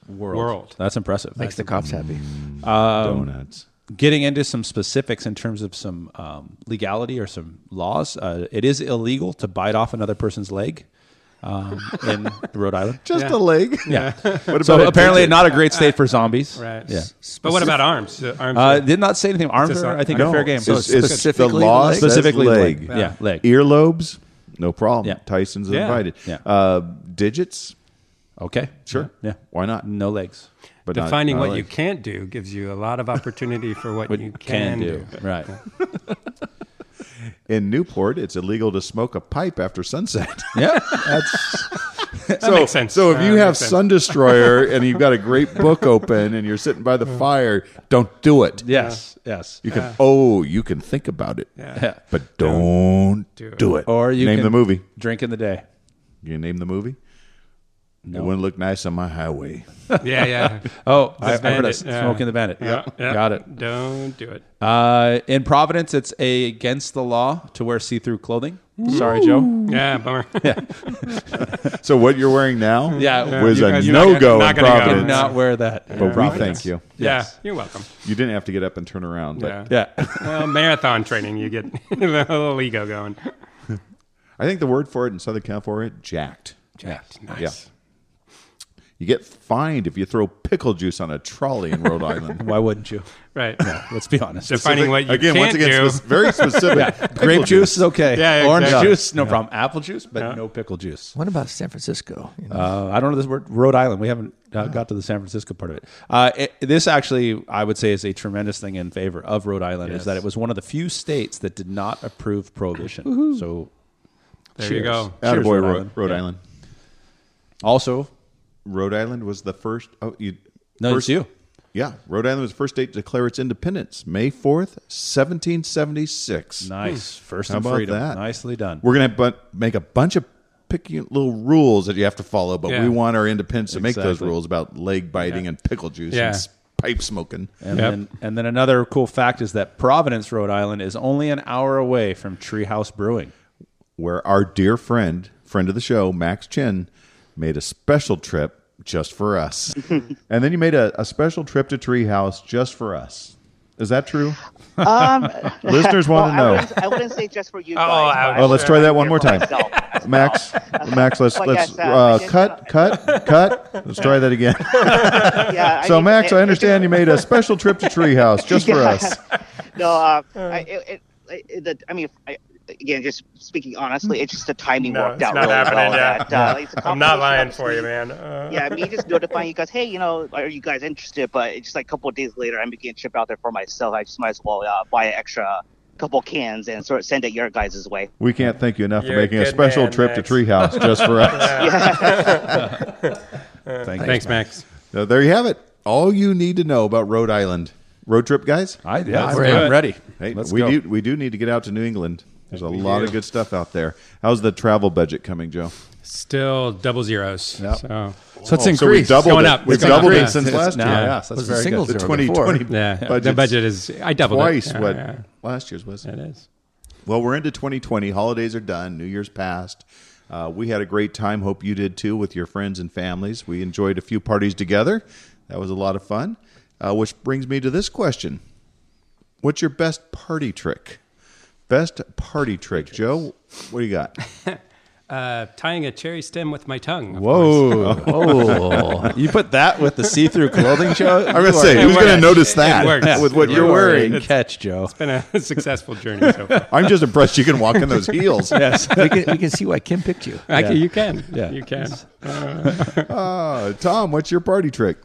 [SPEAKER 4] world.
[SPEAKER 3] That's impressive.
[SPEAKER 1] makes the cops happy.
[SPEAKER 3] Um,
[SPEAKER 2] Donuts.
[SPEAKER 3] getting into some specifics in terms of some um, legality or some laws, uh, it is illegal to bite off another person's leg um, in Rhode Island.
[SPEAKER 2] Just a leg.
[SPEAKER 3] Yeah.
[SPEAKER 2] *laughs* What
[SPEAKER 3] so
[SPEAKER 2] about a
[SPEAKER 3] apparently,
[SPEAKER 2] ticket?
[SPEAKER 3] not a great state for zombies.
[SPEAKER 4] Uh, Right.
[SPEAKER 3] Yeah.
[SPEAKER 4] But what about arms? The arms
[SPEAKER 3] Uh,
[SPEAKER 4] are-
[SPEAKER 3] did not say anything. Arms
[SPEAKER 4] Just
[SPEAKER 3] are,
[SPEAKER 4] not-
[SPEAKER 3] I think,
[SPEAKER 2] No,
[SPEAKER 3] a fair game.
[SPEAKER 2] It's, it's
[SPEAKER 1] specifically
[SPEAKER 2] the law
[SPEAKER 1] leg?
[SPEAKER 2] says
[SPEAKER 3] specifically
[SPEAKER 2] leg.
[SPEAKER 3] leg. Yeah, leg.
[SPEAKER 2] Earlobes, no problem.
[SPEAKER 3] Yeah.
[SPEAKER 2] Tyson's
[SPEAKER 4] Yeah.
[SPEAKER 2] invited.
[SPEAKER 3] Yeah.
[SPEAKER 2] Uh, digits,
[SPEAKER 3] Okay.
[SPEAKER 2] sure.
[SPEAKER 3] Yeah.
[SPEAKER 2] Why not?
[SPEAKER 3] No legs.
[SPEAKER 2] But not-
[SPEAKER 4] defining
[SPEAKER 2] not
[SPEAKER 4] what
[SPEAKER 2] leg.
[SPEAKER 4] you can't do gives you a lot of opportunity for what, you
[SPEAKER 3] Can, do.
[SPEAKER 4] *laughs*
[SPEAKER 3] Right.
[SPEAKER 2] in Newport, it's illegal to smoke a pipe after sunset. *laughs*
[SPEAKER 3] yeah. That's
[SPEAKER 2] so,
[SPEAKER 4] makes sense.
[SPEAKER 2] So if
[SPEAKER 4] Uh,
[SPEAKER 2] you
[SPEAKER 4] that
[SPEAKER 2] have
[SPEAKER 4] makes sense.
[SPEAKER 2] Sun
[SPEAKER 4] *laughs*
[SPEAKER 2] Destroyer and you've got a great book open and you're sitting by the
[SPEAKER 4] Mm.
[SPEAKER 2] fire, don't do it.
[SPEAKER 3] Yes, yes.
[SPEAKER 2] You can oh, you can think about it,
[SPEAKER 3] Yeah.
[SPEAKER 2] but don't do it.
[SPEAKER 3] Or you
[SPEAKER 2] name
[SPEAKER 3] can
[SPEAKER 2] the movie.
[SPEAKER 3] Drink in the day.
[SPEAKER 2] You name the movie. It
[SPEAKER 3] No.
[SPEAKER 2] wouldn't look nice on my highway.
[SPEAKER 4] *laughs* Yeah, yeah.
[SPEAKER 3] Oh, I, I heard
[SPEAKER 4] Bandit,
[SPEAKER 3] it.
[SPEAKER 4] yeah.
[SPEAKER 3] Smoking the Bandit. Yeah,
[SPEAKER 4] yeah.
[SPEAKER 3] got it.
[SPEAKER 4] Don't do it.
[SPEAKER 3] Uh, in Providence, it's a against the law to wear see-through clothing. Sorry, Joe.
[SPEAKER 4] *laughs* Yeah, bummer.
[SPEAKER 2] So what you're wearing now,
[SPEAKER 4] *laughs*
[SPEAKER 3] Yeah, Yeah.
[SPEAKER 2] was
[SPEAKER 4] you
[SPEAKER 2] a
[SPEAKER 4] guys- you're not
[SPEAKER 2] no
[SPEAKER 4] gonna-
[SPEAKER 2] go in
[SPEAKER 4] not gonna go.
[SPEAKER 3] Did
[SPEAKER 2] Providence.
[SPEAKER 3] not wear that. in
[SPEAKER 2] But we
[SPEAKER 3] Providence.
[SPEAKER 2] thank you.
[SPEAKER 4] Yeah, you're welcome.
[SPEAKER 2] You didn't have to get up and turn around. But
[SPEAKER 4] Yeah.
[SPEAKER 3] Yeah. *laughs*
[SPEAKER 4] Well, marathon training, you get *laughs* a little ego going.
[SPEAKER 2] I think the word for it in Southern California, jacked.
[SPEAKER 4] Jacked. Nice.
[SPEAKER 2] Yeah. You get fined if you throw pickle juice on a trolley in
[SPEAKER 4] *laughs*
[SPEAKER 2] Rhode Island.
[SPEAKER 3] Why wouldn't you?
[SPEAKER 4] Right.
[SPEAKER 3] Let's be honest.
[SPEAKER 4] Defining what you
[SPEAKER 2] again,
[SPEAKER 4] can't
[SPEAKER 2] once again,
[SPEAKER 4] do.
[SPEAKER 2] spec-
[SPEAKER 4] *laughs*
[SPEAKER 2] very specific. Pickle
[SPEAKER 3] Grape juice is okay.
[SPEAKER 4] Yeah, yeah,
[SPEAKER 3] Orange
[SPEAKER 4] exactly.
[SPEAKER 3] juice, no problem. Apple juice, but no pickle juice.
[SPEAKER 1] What about San Francisco? You know,
[SPEAKER 3] Uh, I don't know this word. Rhode Island. We haven't uh, got to the San Francisco part of it. Uh, it. This actually, I would say, is a tremendous thing in favor of Rhode Island is that it was one of the few states that did not approve prohibition. so
[SPEAKER 4] There you go.
[SPEAKER 2] Attaboy,
[SPEAKER 3] Cheers,
[SPEAKER 2] Rhode,
[SPEAKER 3] Rhode
[SPEAKER 2] Rhode Island.
[SPEAKER 3] Island. Yeah. also,
[SPEAKER 2] Rhode Island was the first. Oh, you.
[SPEAKER 3] no,
[SPEAKER 2] first, Hmm.
[SPEAKER 3] it's you.
[SPEAKER 2] Yeah, Rhode Island was the first state to declare its independence, May fourth, seventeen seventy six.
[SPEAKER 3] Nice. First
[SPEAKER 2] How
[SPEAKER 3] and
[SPEAKER 2] about
[SPEAKER 3] freedom.
[SPEAKER 2] that?
[SPEAKER 3] Nicely done.
[SPEAKER 2] We're gonna bu- make a bunch of picky little rules that you have to follow, but
[SPEAKER 4] Yeah.
[SPEAKER 2] we want our independence to make those
[SPEAKER 3] Exactly.
[SPEAKER 2] rules about leg biting and pickle juice
[SPEAKER 4] Yeah.
[SPEAKER 2] and s- pipe smoking.
[SPEAKER 3] and,
[SPEAKER 4] Yep.
[SPEAKER 3] then, and then another cool fact is that Providence, Rhode Island, is only an hour away from Treehouse Brewing.
[SPEAKER 2] where our dear friend, friend of the show, Max Chin, made a special trip just for
[SPEAKER 5] *laughs*
[SPEAKER 2] us. and then you made a, a special trip to Treehouse just for us. Is that true?
[SPEAKER 5] Um,
[SPEAKER 2] *laughs* Listeners
[SPEAKER 5] well,
[SPEAKER 2] want
[SPEAKER 5] I
[SPEAKER 2] to know.
[SPEAKER 5] wouldn't, I wouldn't say just
[SPEAKER 6] *laughs*
[SPEAKER 5] for you
[SPEAKER 4] Oh,
[SPEAKER 5] guys.
[SPEAKER 4] I
[SPEAKER 5] but
[SPEAKER 4] would-
[SPEAKER 2] Oh, let's try that one more
[SPEAKER 5] for
[SPEAKER 2] time.
[SPEAKER 5] myself. *laughs*
[SPEAKER 2] Max, Max, let's
[SPEAKER 5] Well,
[SPEAKER 2] let's
[SPEAKER 5] yes, uh,
[SPEAKER 2] uh,
[SPEAKER 5] I did-
[SPEAKER 2] cut, cut, cut. Let's try that
[SPEAKER 5] *laughs*
[SPEAKER 2] again.
[SPEAKER 5] Yeah,
[SPEAKER 2] So,
[SPEAKER 5] think
[SPEAKER 2] Max,
[SPEAKER 5] it-
[SPEAKER 2] I
[SPEAKER 5] it-
[SPEAKER 2] understand you made a special trip to Treehouse just for
[SPEAKER 5] *laughs* Yeah.
[SPEAKER 2] us.
[SPEAKER 5] No, uh, I, it, it, it, the, I mean, I, again, just speaking honestly, it's just the timing
[SPEAKER 6] No,
[SPEAKER 5] worked
[SPEAKER 6] it's
[SPEAKER 5] out
[SPEAKER 6] not
[SPEAKER 5] really
[SPEAKER 6] happening,
[SPEAKER 5] well.
[SPEAKER 6] yeah.
[SPEAKER 5] That, uh, it's a
[SPEAKER 6] *laughs* I'm not
[SPEAKER 5] combination
[SPEAKER 6] lying
[SPEAKER 5] of
[SPEAKER 6] for you,
[SPEAKER 5] me-
[SPEAKER 6] man. Uh,
[SPEAKER 5] Yeah, me just notifying you guys, hey, you know, are you guys interested? But it's just like a couple of days later, I'm making a trip out there for myself. I just might as well uh, buy an extra couple cans and sort of send it your guys' way.
[SPEAKER 2] We can't thank you enough for
[SPEAKER 6] You're a
[SPEAKER 2] making a
[SPEAKER 6] good
[SPEAKER 2] special
[SPEAKER 6] man,
[SPEAKER 2] trip
[SPEAKER 6] Max.
[SPEAKER 2] to Treehouse just for
[SPEAKER 6] *laughs*
[SPEAKER 2] us.
[SPEAKER 4] Thanks, Max.
[SPEAKER 2] So there you have it. All you need to know about Rhode Island road trip, guys.
[SPEAKER 3] I, yeah, I'm,
[SPEAKER 1] do it.
[SPEAKER 3] I'm ready.
[SPEAKER 2] Hey,
[SPEAKER 3] Let's
[SPEAKER 2] we
[SPEAKER 3] go.
[SPEAKER 2] do we do need to get out to New England. There's a lot of good stuff out there. How's the travel budget coming, Joe?
[SPEAKER 4] Still double zeros. So
[SPEAKER 3] Oh, So
[SPEAKER 2] So
[SPEAKER 3] it's
[SPEAKER 2] we
[SPEAKER 3] increased.
[SPEAKER 2] doubled
[SPEAKER 4] going
[SPEAKER 2] it.
[SPEAKER 4] up.
[SPEAKER 2] We
[SPEAKER 4] It's going
[SPEAKER 2] doubled
[SPEAKER 4] up.
[SPEAKER 2] it
[SPEAKER 4] Yeah.
[SPEAKER 2] since
[SPEAKER 4] It's
[SPEAKER 2] last
[SPEAKER 3] now.
[SPEAKER 2] year.
[SPEAKER 3] Yes, that's
[SPEAKER 1] was
[SPEAKER 3] very
[SPEAKER 1] a
[SPEAKER 3] *laughs*
[SPEAKER 1] single
[SPEAKER 3] good.
[SPEAKER 2] The
[SPEAKER 1] zero before.
[SPEAKER 2] 2020
[SPEAKER 1] *laughs*
[SPEAKER 4] yeah, the
[SPEAKER 2] budget's
[SPEAKER 4] budget is I doubled
[SPEAKER 2] twice
[SPEAKER 4] it. Yeah,
[SPEAKER 2] what
[SPEAKER 4] yeah,
[SPEAKER 2] last year's was.
[SPEAKER 4] it is.
[SPEAKER 2] Well, we're into 2020. Holidays are done. New Year's passed. Uh, we had a great time. Hope you did too with your friends and families. We enjoyed a few parties together. That was a lot of fun. Uh, which brings me to this question What's your best party trick? Best party trick, Joe? What do you got?
[SPEAKER 4] Uh, tying a cherry stem with my tongue. of
[SPEAKER 2] *laughs*
[SPEAKER 3] *laughs*
[SPEAKER 4] course.
[SPEAKER 3] Whoa. *laughs* Oh. you put that with the see through
[SPEAKER 2] *laughs*
[SPEAKER 3] clothing, Joe?
[SPEAKER 2] I'm going to say, who's going to notice that
[SPEAKER 4] works.
[SPEAKER 2] with what
[SPEAKER 4] It
[SPEAKER 2] you're
[SPEAKER 4] works.
[SPEAKER 2] wearing?
[SPEAKER 3] Catch, Joe.
[SPEAKER 4] Been a *laughs* successful journey so far.
[SPEAKER 2] I'm just impressed you can walk in those
[SPEAKER 3] *laughs*
[SPEAKER 2] heels.
[SPEAKER 3] Yes.
[SPEAKER 1] we, can, we can see why Kim picked you.
[SPEAKER 4] I can, you can.
[SPEAKER 3] Yeah.
[SPEAKER 4] You can.
[SPEAKER 2] Uh, Tom, what's your party trick?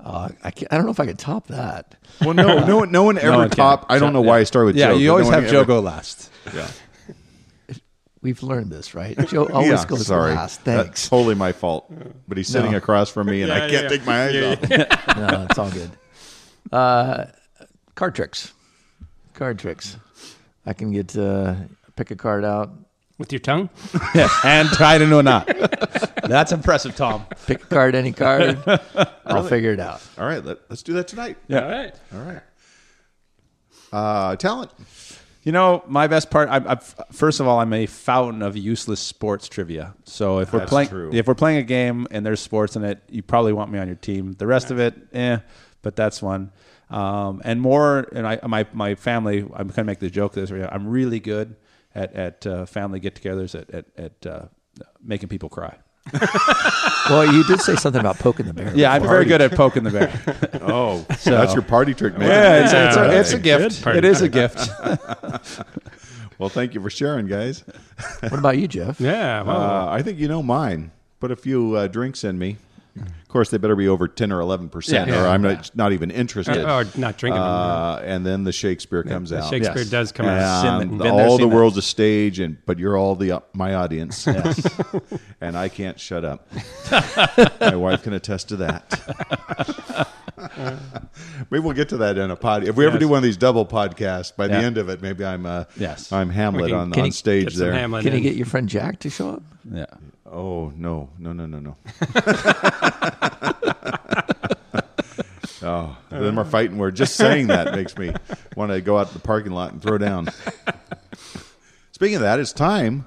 [SPEAKER 1] Uh, I, can't, I don't know if I could top that.
[SPEAKER 2] Well, no, no, one- no one ever
[SPEAKER 3] one can.
[SPEAKER 2] top. I don't know why I start with
[SPEAKER 3] Yeah,
[SPEAKER 2] Joe.
[SPEAKER 3] you
[SPEAKER 2] but
[SPEAKER 3] always
[SPEAKER 2] no one
[SPEAKER 3] have Joe
[SPEAKER 2] ever- *laughs*
[SPEAKER 3] go last.
[SPEAKER 1] We've learned this, right?
[SPEAKER 3] *laughs*
[SPEAKER 1] Joe always
[SPEAKER 2] Yeah,
[SPEAKER 1] goes
[SPEAKER 2] sorry.
[SPEAKER 1] last.
[SPEAKER 2] That's
[SPEAKER 1] Thanks.
[SPEAKER 2] totally my fault. But he's sitting across from me, and I
[SPEAKER 4] yeah,
[SPEAKER 2] can't
[SPEAKER 4] yeah.
[SPEAKER 2] take my eyes off. him.
[SPEAKER 1] no, it's all good. Uh, card tricks. Card tricks. I can get uh, pick a card out,
[SPEAKER 4] With your tongue?
[SPEAKER 3] Yeah, and tied into a knot. That's impressive, Tom.
[SPEAKER 1] pick a card,
[SPEAKER 3] *laughs*
[SPEAKER 1] any card. I'll figure it out.
[SPEAKER 2] All right, let, let's do that tonight.
[SPEAKER 4] All right.
[SPEAKER 2] All right. Uh, talent.
[SPEAKER 3] You know, my best part. I'm, I'm, first of all, I'm a fountain of useless sports trivia. So if we're
[SPEAKER 2] That's
[SPEAKER 3] playing,
[SPEAKER 2] true.
[SPEAKER 3] if we're playing a game and there's sports in it, you probably want me on your team. The rest of it, eh? But that's one. Um, and more, and I, my my family. I'm gonna make the joke this. way, I'm really good at at uh, family get-togethers at at, at uh, making people cry.
[SPEAKER 1] Well, you did say something about poking the bear.
[SPEAKER 3] Yeah, I'm very good at poking the bear.
[SPEAKER 2] Oh, *laughs* that's your party trick, man.
[SPEAKER 3] yeah, it's, it's, a,
[SPEAKER 4] Yeah.
[SPEAKER 3] it's a gift.
[SPEAKER 4] Good
[SPEAKER 3] It is a gift.
[SPEAKER 2] Well, thank you for sharing, guys.
[SPEAKER 1] What about you, Jeff?
[SPEAKER 4] Yeah. Well,
[SPEAKER 2] Uh, I think you know mine. Put a few uh, drinks in me. Of course, they better be over ten or eleven percent,
[SPEAKER 4] Yeah.
[SPEAKER 2] or I'm not not even interested.
[SPEAKER 4] Or- or not drinking them.
[SPEAKER 2] Uh, and then the Shakespeare comes out.
[SPEAKER 4] Shakespeare
[SPEAKER 3] Yes.
[SPEAKER 4] does come out.
[SPEAKER 3] Seen
[SPEAKER 2] And
[SPEAKER 3] that. Been there,
[SPEAKER 2] all
[SPEAKER 3] seen
[SPEAKER 2] the
[SPEAKER 3] that.
[SPEAKER 2] world's a stage, and but you're all the uh, my audience, *laughs* and I can't shut up. my wife can attest to that. *laughs* maybe we'll get to that in a pod. If we ever
[SPEAKER 3] Yes.
[SPEAKER 2] do one of these double podcasts, by the
[SPEAKER 3] Yeah.
[SPEAKER 2] end of it, maybe I'm uh,
[SPEAKER 3] Yes.
[SPEAKER 2] I'm Hamlet on,
[SPEAKER 1] can
[SPEAKER 2] on
[SPEAKER 1] you
[SPEAKER 2] stage
[SPEAKER 4] Get some
[SPEAKER 2] there.
[SPEAKER 4] Hamlet
[SPEAKER 1] Can you
[SPEAKER 4] in.
[SPEAKER 1] get your friend Jack to show up?
[SPEAKER 3] Yeah.
[SPEAKER 2] Oh no, no, no, *laughs* no, no. oh, them are fighting words. Just saying that makes me want to go out to the parking lot and throw down. Speaking of that, it's time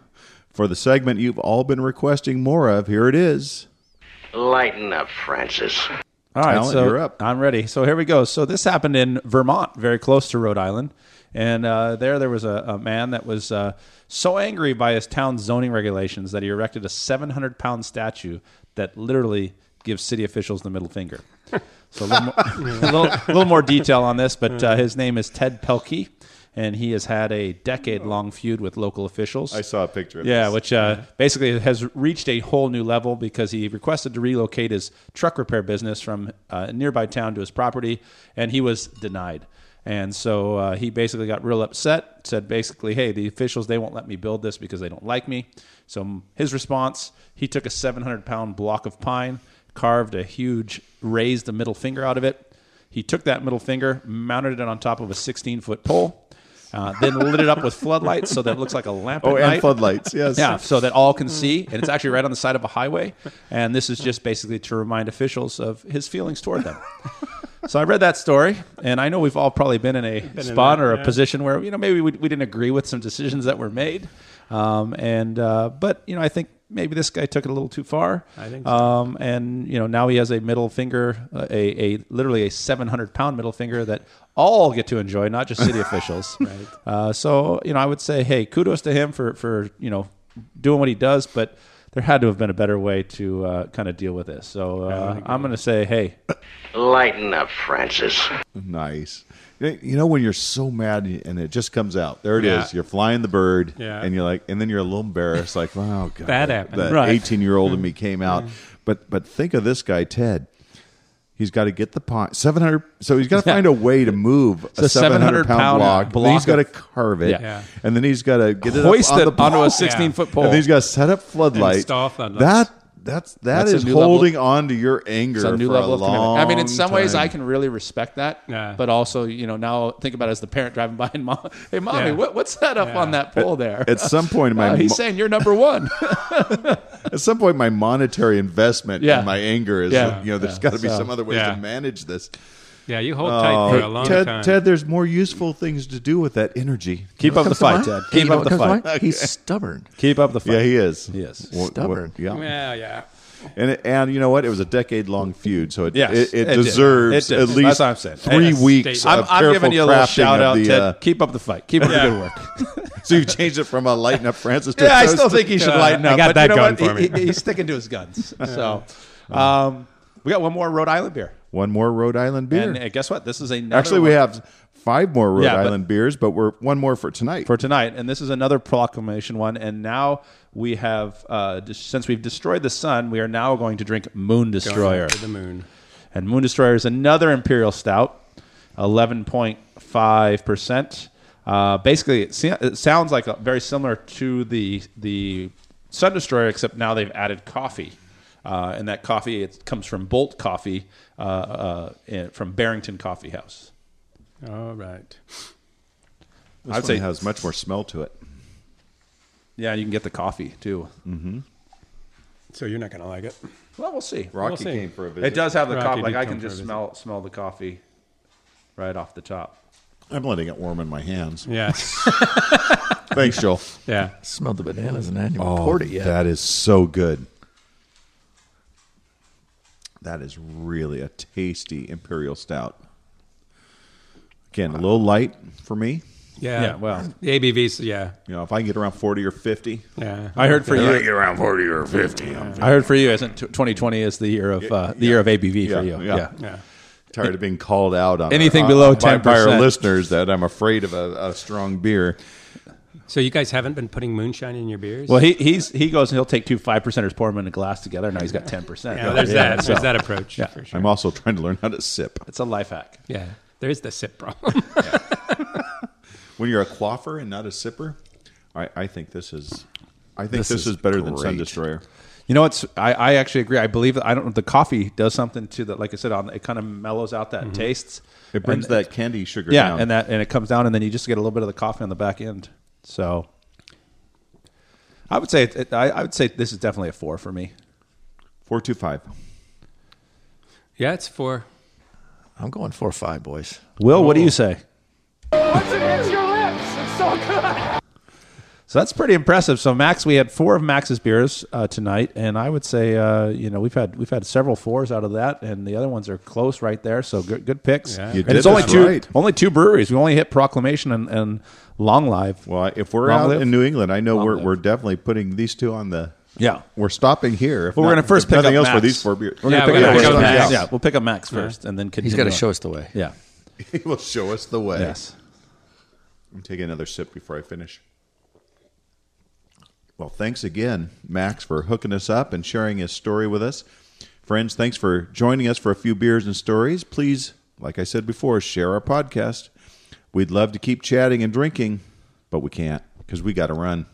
[SPEAKER 2] for the segment you've all been requesting more of. Here it is.
[SPEAKER 7] Lighten up, Francis.
[SPEAKER 3] All right,
[SPEAKER 2] Alan,
[SPEAKER 3] so
[SPEAKER 2] you're up.
[SPEAKER 3] I'm ready. So here we go. So this happened in Vermont, very close to Rhode Island, and uh, there there was a, a man that was uh, so angry by his town's zoning regulations that he erected a 700 pound statue that literally gives city officials the middle finger.
[SPEAKER 2] *laughs*
[SPEAKER 3] So a little more, *laughs* a little, little more detail on this, but uh, his name is Ted Pelkey, and he has had a decade long feud with local officials.
[SPEAKER 2] I saw a picture of
[SPEAKER 3] Yeah,
[SPEAKER 2] this.
[SPEAKER 3] which uh, basically has reached a whole new level because he requested to relocate his truck repair business from uh, a nearby town to his property, and he was denied. And so uh, he basically got real upset. Said basically, "Hey, the officials they won't let me build this because they don't like me." So m- his response, he took a 700-pound block of pine, carved a huge raised middle finger out of it. He took that middle finger, mounted it on top of a 16-foot pole. Uh, then lit it up with floodlights so that it looks like a lamp.
[SPEAKER 2] Oh,
[SPEAKER 3] at
[SPEAKER 2] and
[SPEAKER 3] night.
[SPEAKER 2] floodlights. Yes.
[SPEAKER 3] Yeah, so that all can see, and it's actually right on the side of a highway. And this is just basically to remind officials of his feelings toward them. So I read that story, and I know we've all probably been in a spot
[SPEAKER 4] that,
[SPEAKER 3] or a
[SPEAKER 4] yeah.
[SPEAKER 3] position where you know maybe we, we didn't agree with some decisions that were made, um, and uh, but you know I think maybe this guy took it a little too far. I
[SPEAKER 4] think so.
[SPEAKER 3] um, and you know now he has a middle finger, uh, a, a literally a 700 pound middle finger that all get to enjoy, not just *laughs* city officials. Right. Uh, so you know I would say, hey, kudos to him for for you know doing what he does, but there had to have been a better way to uh, kind of deal with this. So uh, I'm going to say, hey,
[SPEAKER 7] Lighten up, Francis.
[SPEAKER 2] Nice. You know when you're so mad and it just comes out. There it
[SPEAKER 4] Yeah.
[SPEAKER 2] is. You're flying the bird,
[SPEAKER 4] Yeah.
[SPEAKER 2] and you're like, and then you're a little embarrassed, like, wow,
[SPEAKER 3] *laughs*
[SPEAKER 2] God,
[SPEAKER 4] That happened.
[SPEAKER 2] The
[SPEAKER 3] Right. Mm.
[SPEAKER 2] 18 year old in me came out. But but think of this guy, Ted. He's got to get the pine 700. So he's got to
[SPEAKER 3] Yeah.
[SPEAKER 2] find a way to move a
[SPEAKER 3] a
[SPEAKER 2] 700 pound
[SPEAKER 3] 700
[SPEAKER 2] block.
[SPEAKER 3] block
[SPEAKER 2] then he's got to
[SPEAKER 3] of-
[SPEAKER 2] carve it,
[SPEAKER 3] Yeah.
[SPEAKER 4] Yeah.
[SPEAKER 2] and then he's got to get it
[SPEAKER 3] hoist
[SPEAKER 2] up on
[SPEAKER 3] it
[SPEAKER 2] the block.
[SPEAKER 3] onto a 16 foot pole.
[SPEAKER 2] And then he's got to set up floodlights.
[SPEAKER 4] Install floodlights.
[SPEAKER 2] That that's that
[SPEAKER 3] That's a
[SPEAKER 2] is
[SPEAKER 3] new level-
[SPEAKER 2] holding on to your anger
[SPEAKER 3] it's a new
[SPEAKER 2] for
[SPEAKER 3] level
[SPEAKER 2] a
[SPEAKER 3] of commitment.
[SPEAKER 2] long
[SPEAKER 3] I mean, in some ways,
[SPEAKER 2] time.
[SPEAKER 3] I can really respect that.
[SPEAKER 4] Yeah.
[SPEAKER 3] But also, you know, now think about it as the parent driving by and mom, hey, mommy,
[SPEAKER 4] Yeah.
[SPEAKER 3] what, what's that up
[SPEAKER 4] Yeah.
[SPEAKER 3] on that pole there?
[SPEAKER 2] At some point in my
[SPEAKER 3] *laughs* Uh, he's
[SPEAKER 2] mo-
[SPEAKER 3] saying you're number
[SPEAKER 2] *laughs*
[SPEAKER 3] one.
[SPEAKER 2] At some point, my monetary investment
[SPEAKER 3] Yeah.
[SPEAKER 2] and my anger is,
[SPEAKER 3] Yeah.
[SPEAKER 2] you know, there's
[SPEAKER 3] Yeah.
[SPEAKER 2] got to be
[SPEAKER 3] So-
[SPEAKER 2] some other ways
[SPEAKER 4] Yeah.
[SPEAKER 2] to manage this.
[SPEAKER 4] Yeah, you hold tight for a long
[SPEAKER 2] Ted,
[SPEAKER 4] time.
[SPEAKER 2] Ted, there's more useful things to do with that energy.
[SPEAKER 3] Keep up the fight,
[SPEAKER 1] Come on.
[SPEAKER 3] Ted.
[SPEAKER 1] You
[SPEAKER 3] Keep
[SPEAKER 1] know
[SPEAKER 3] up
[SPEAKER 1] what
[SPEAKER 3] the
[SPEAKER 1] comes to
[SPEAKER 3] fight.
[SPEAKER 1] mind? He's stubborn.
[SPEAKER 3] Keep up the fight.
[SPEAKER 2] Yeah, he is.
[SPEAKER 3] Yes.
[SPEAKER 2] Wha- wha-
[SPEAKER 1] Stubborn.
[SPEAKER 2] yeah.
[SPEAKER 4] Yeah, yeah.
[SPEAKER 2] And, it- and you know what? It was a decade long feud, so it,
[SPEAKER 3] Yes,
[SPEAKER 2] it, it
[SPEAKER 3] it did.
[SPEAKER 2] deserves
[SPEAKER 3] It did.
[SPEAKER 2] at
[SPEAKER 3] That's
[SPEAKER 2] least
[SPEAKER 3] what I'm saying.
[SPEAKER 2] three
[SPEAKER 3] Yes.
[SPEAKER 2] weeks.
[SPEAKER 4] I'm-
[SPEAKER 2] of
[SPEAKER 3] I'm giving
[SPEAKER 2] careful
[SPEAKER 3] you a little
[SPEAKER 2] crafting
[SPEAKER 3] shout
[SPEAKER 2] of
[SPEAKER 3] out,
[SPEAKER 2] the,
[SPEAKER 3] Ted.
[SPEAKER 2] uh, *laughs*
[SPEAKER 3] Keep up the fight. Keep up the good work.
[SPEAKER 2] so you've changed it from a lighten up Francis to a
[SPEAKER 3] *laughs* yeah, I
[SPEAKER 2] toast
[SPEAKER 3] still
[SPEAKER 2] to-
[SPEAKER 3] think he should
[SPEAKER 4] Uh,
[SPEAKER 3] lighten up.
[SPEAKER 4] I got
[SPEAKER 3] but
[SPEAKER 4] that
[SPEAKER 3] you know what?
[SPEAKER 4] going for
[SPEAKER 3] He-
[SPEAKER 4] me.
[SPEAKER 3] he- he's sticking to his *laughs* guns. So um, we got one more Rhode Island beer.
[SPEAKER 2] one more Rhode Island beer.
[SPEAKER 3] And uh, guess what? This is another
[SPEAKER 2] Actually, we
[SPEAKER 3] one.
[SPEAKER 2] have five more Rhode
[SPEAKER 3] Yeah, but-
[SPEAKER 2] Island beers, but we're one more for tonight.
[SPEAKER 3] for tonight, and this is another proclamation one. And now we have, uh, dis- since we've destroyed the sun, we are now going to drink Moon Destroyer.
[SPEAKER 4] To the moon.
[SPEAKER 3] And Moon Destroyer is another Imperial Stout, eleven point five percent. Uh, Basically, it, sa- it sounds like a, very similar to the the Sun Destroyer, except now they've added coffee. Uh, and that coffee it comes from Bolt Coffee uh, uh, in- from Barrington Coffee House.
[SPEAKER 4] All right.
[SPEAKER 2] I'd say it has much more smell to it.
[SPEAKER 3] Yeah, you can get the coffee too.
[SPEAKER 2] Mm.
[SPEAKER 4] So you're not going to like it.
[SPEAKER 3] Well, we'll see.
[SPEAKER 4] We'll
[SPEAKER 2] Rocky
[SPEAKER 4] see.
[SPEAKER 2] came for a visit.
[SPEAKER 3] It does have the
[SPEAKER 4] Rocky
[SPEAKER 3] coffee. Like
[SPEAKER 4] did
[SPEAKER 3] I
[SPEAKER 4] come
[SPEAKER 3] can
[SPEAKER 4] for a
[SPEAKER 3] just
[SPEAKER 4] visit.
[SPEAKER 3] smell smell the coffee right off the top.
[SPEAKER 2] I'm letting it warm in my hands.
[SPEAKER 4] *laughs* Yeah.
[SPEAKER 2] Thanks, *laughs* Joel.
[SPEAKER 4] yeah.
[SPEAKER 1] Smelled the bananas and I hadn't even
[SPEAKER 2] Oh,
[SPEAKER 3] Oh,
[SPEAKER 1] poured it yet.
[SPEAKER 2] That is so good. That is really a tasty imperial stout. Again, a little light for me.
[SPEAKER 4] Yeah.
[SPEAKER 3] Yeah, well.
[SPEAKER 4] the ABVs, yeah.
[SPEAKER 2] You know, if I can get around forty or fifty,
[SPEAKER 4] Yeah.
[SPEAKER 3] I heard for you.
[SPEAKER 7] around 40 or 50.
[SPEAKER 3] I heard for you. Isn't t- 2020 is the year of uh, the year of ABV
[SPEAKER 2] Yeah,
[SPEAKER 3] for you?
[SPEAKER 2] yeah.
[SPEAKER 4] Yeah.
[SPEAKER 2] tired of being called out on
[SPEAKER 3] Anything
[SPEAKER 2] on-
[SPEAKER 3] below
[SPEAKER 2] by- by our
[SPEAKER 3] 10%.
[SPEAKER 2] listeners that I'm afraid of a, a strong beer.
[SPEAKER 4] So you guys haven't been putting moonshine in your beers?
[SPEAKER 3] Well, he he's he goes and he'll take two five percenters, pour them in a glass together. Now he's got ten percent.
[SPEAKER 4] yeah, there's that. There's that approach for sure.
[SPEAKER 2] I'm also trying to learn how to sip.
[SPEAKER 3] It's a life hack.
[SPEAKER 4] yeah, there is the sip problem. *laughs*
[SPEAKER 2] When you're a quaffer and not a sipper, I, I think this is. I think
[SPEAKER 1] This
[SPEAKER 2] this,
[SPEAKER 1] is
[SPEAKER 2] is, better than Sun
[SPEAKER 1] great.
[SPEAKER 2] Destroyer.
[SPEAKER 3] You know, it's I, I actually agree. I believe that I don't. The coffee does something to that. Like I said, on it kind of mellows out that tastes.
[SPEAKER 2] It brings
[SPEAKER 3] And-
[SPEAKER 2] that candy sugar
[SPEAKER 3] yeah,
[SPEAKER 2] down.
[SPEAKER 3] and that and it comes down, and then you just get a little bit of the coffee on the back end. So, I would say it, it- I, I would say this is definitely a four for me.
[SPEAKER 2] four two five.
[SPEAKER 4] yeah, it's four.
[SPEAKER 1] I'm going four or five, boys.
[SPEAKER 3] Will, what do you say?
[SPEAKER 6] Once it hits your lips, it's so good.
[SPEAKER 3] So that's pretty impressive. So Max, we had four of Max's beers uh, tonight, and I would say uh, you know we've had we've had several fours out of that, and the other ones are close right there. So good good picks.
[SPEAKER 4] Yeah. You
[SPEAKER 3] and
[SPEAKER 2] did
[SPEAKER 3] it's only
[SPEAKER 2] this
[SPEAKER 3] two
[SPEAKER 2] right.
[SPEAKER 3] only two breweries. We only hit Proclamation and, and Long Live.
[SPEAKER 2] Well, I- if we're
[SPEAKER 3] Long
[SPEAKER 2] out
[SPEAKER 3] live.
[SPEAKER 2] in New England, I know we're,
[SPEAKER 3] live.
[SPEAKER 2] we're definitely putting these two on the.
[SPEAKER 3] yeah.
[SPEAKER 2] We're stopping here. If
[SPEAKER 3] But we're
[SPEAKER 2] not-
[SPEAKER 3] gonna first
[SPEAKER 2] if
[SPEAKER 3] pick
[SPEAKER 2] nothing else
[SPEAKER 3] up
[SPEAKER 2] for
[SPEAKER 3] Max.
[SPEAKER 2] these four beers. We're
[SPEAKER 4] Yeah,
[SPEAKER 2] gonna
[SPEAKER 4] we gotta
[SPEAKER 2] up
[SPEAKER 4] pick
[SPEAKER 2] Max.
[SPEAKER 4] up Max.
[SPEAKER 3] Yeah, we'll pick up Max first, and then continue
[SPEAKER 1] He's got to
[SPEAKER 3] on.
[SPEAKER 1] show us the way.
[SPEAKER 3] Yeah.
[SPEAKER 2] *laughs* He will show us the way.
[SPEAKER 3] Yes.
[SPEAKER 2] I'm taking another sip before I finish. Well, thanks again, Max, for hooking us up and sharing his story with us. Friends, thanks for joining us for a few beers and stories. Please, like I said before, share our podcast. We'd love to keep chatting and drinking, but we can't because we got to run.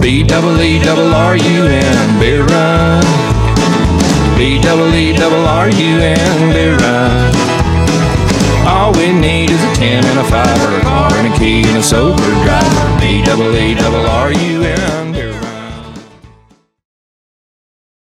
[SPEAKER 8] B double E double R U N beer run. B double E double R U N beer run. All we need is a ten and a five or an R and a key and a sober driver. B double E double R U N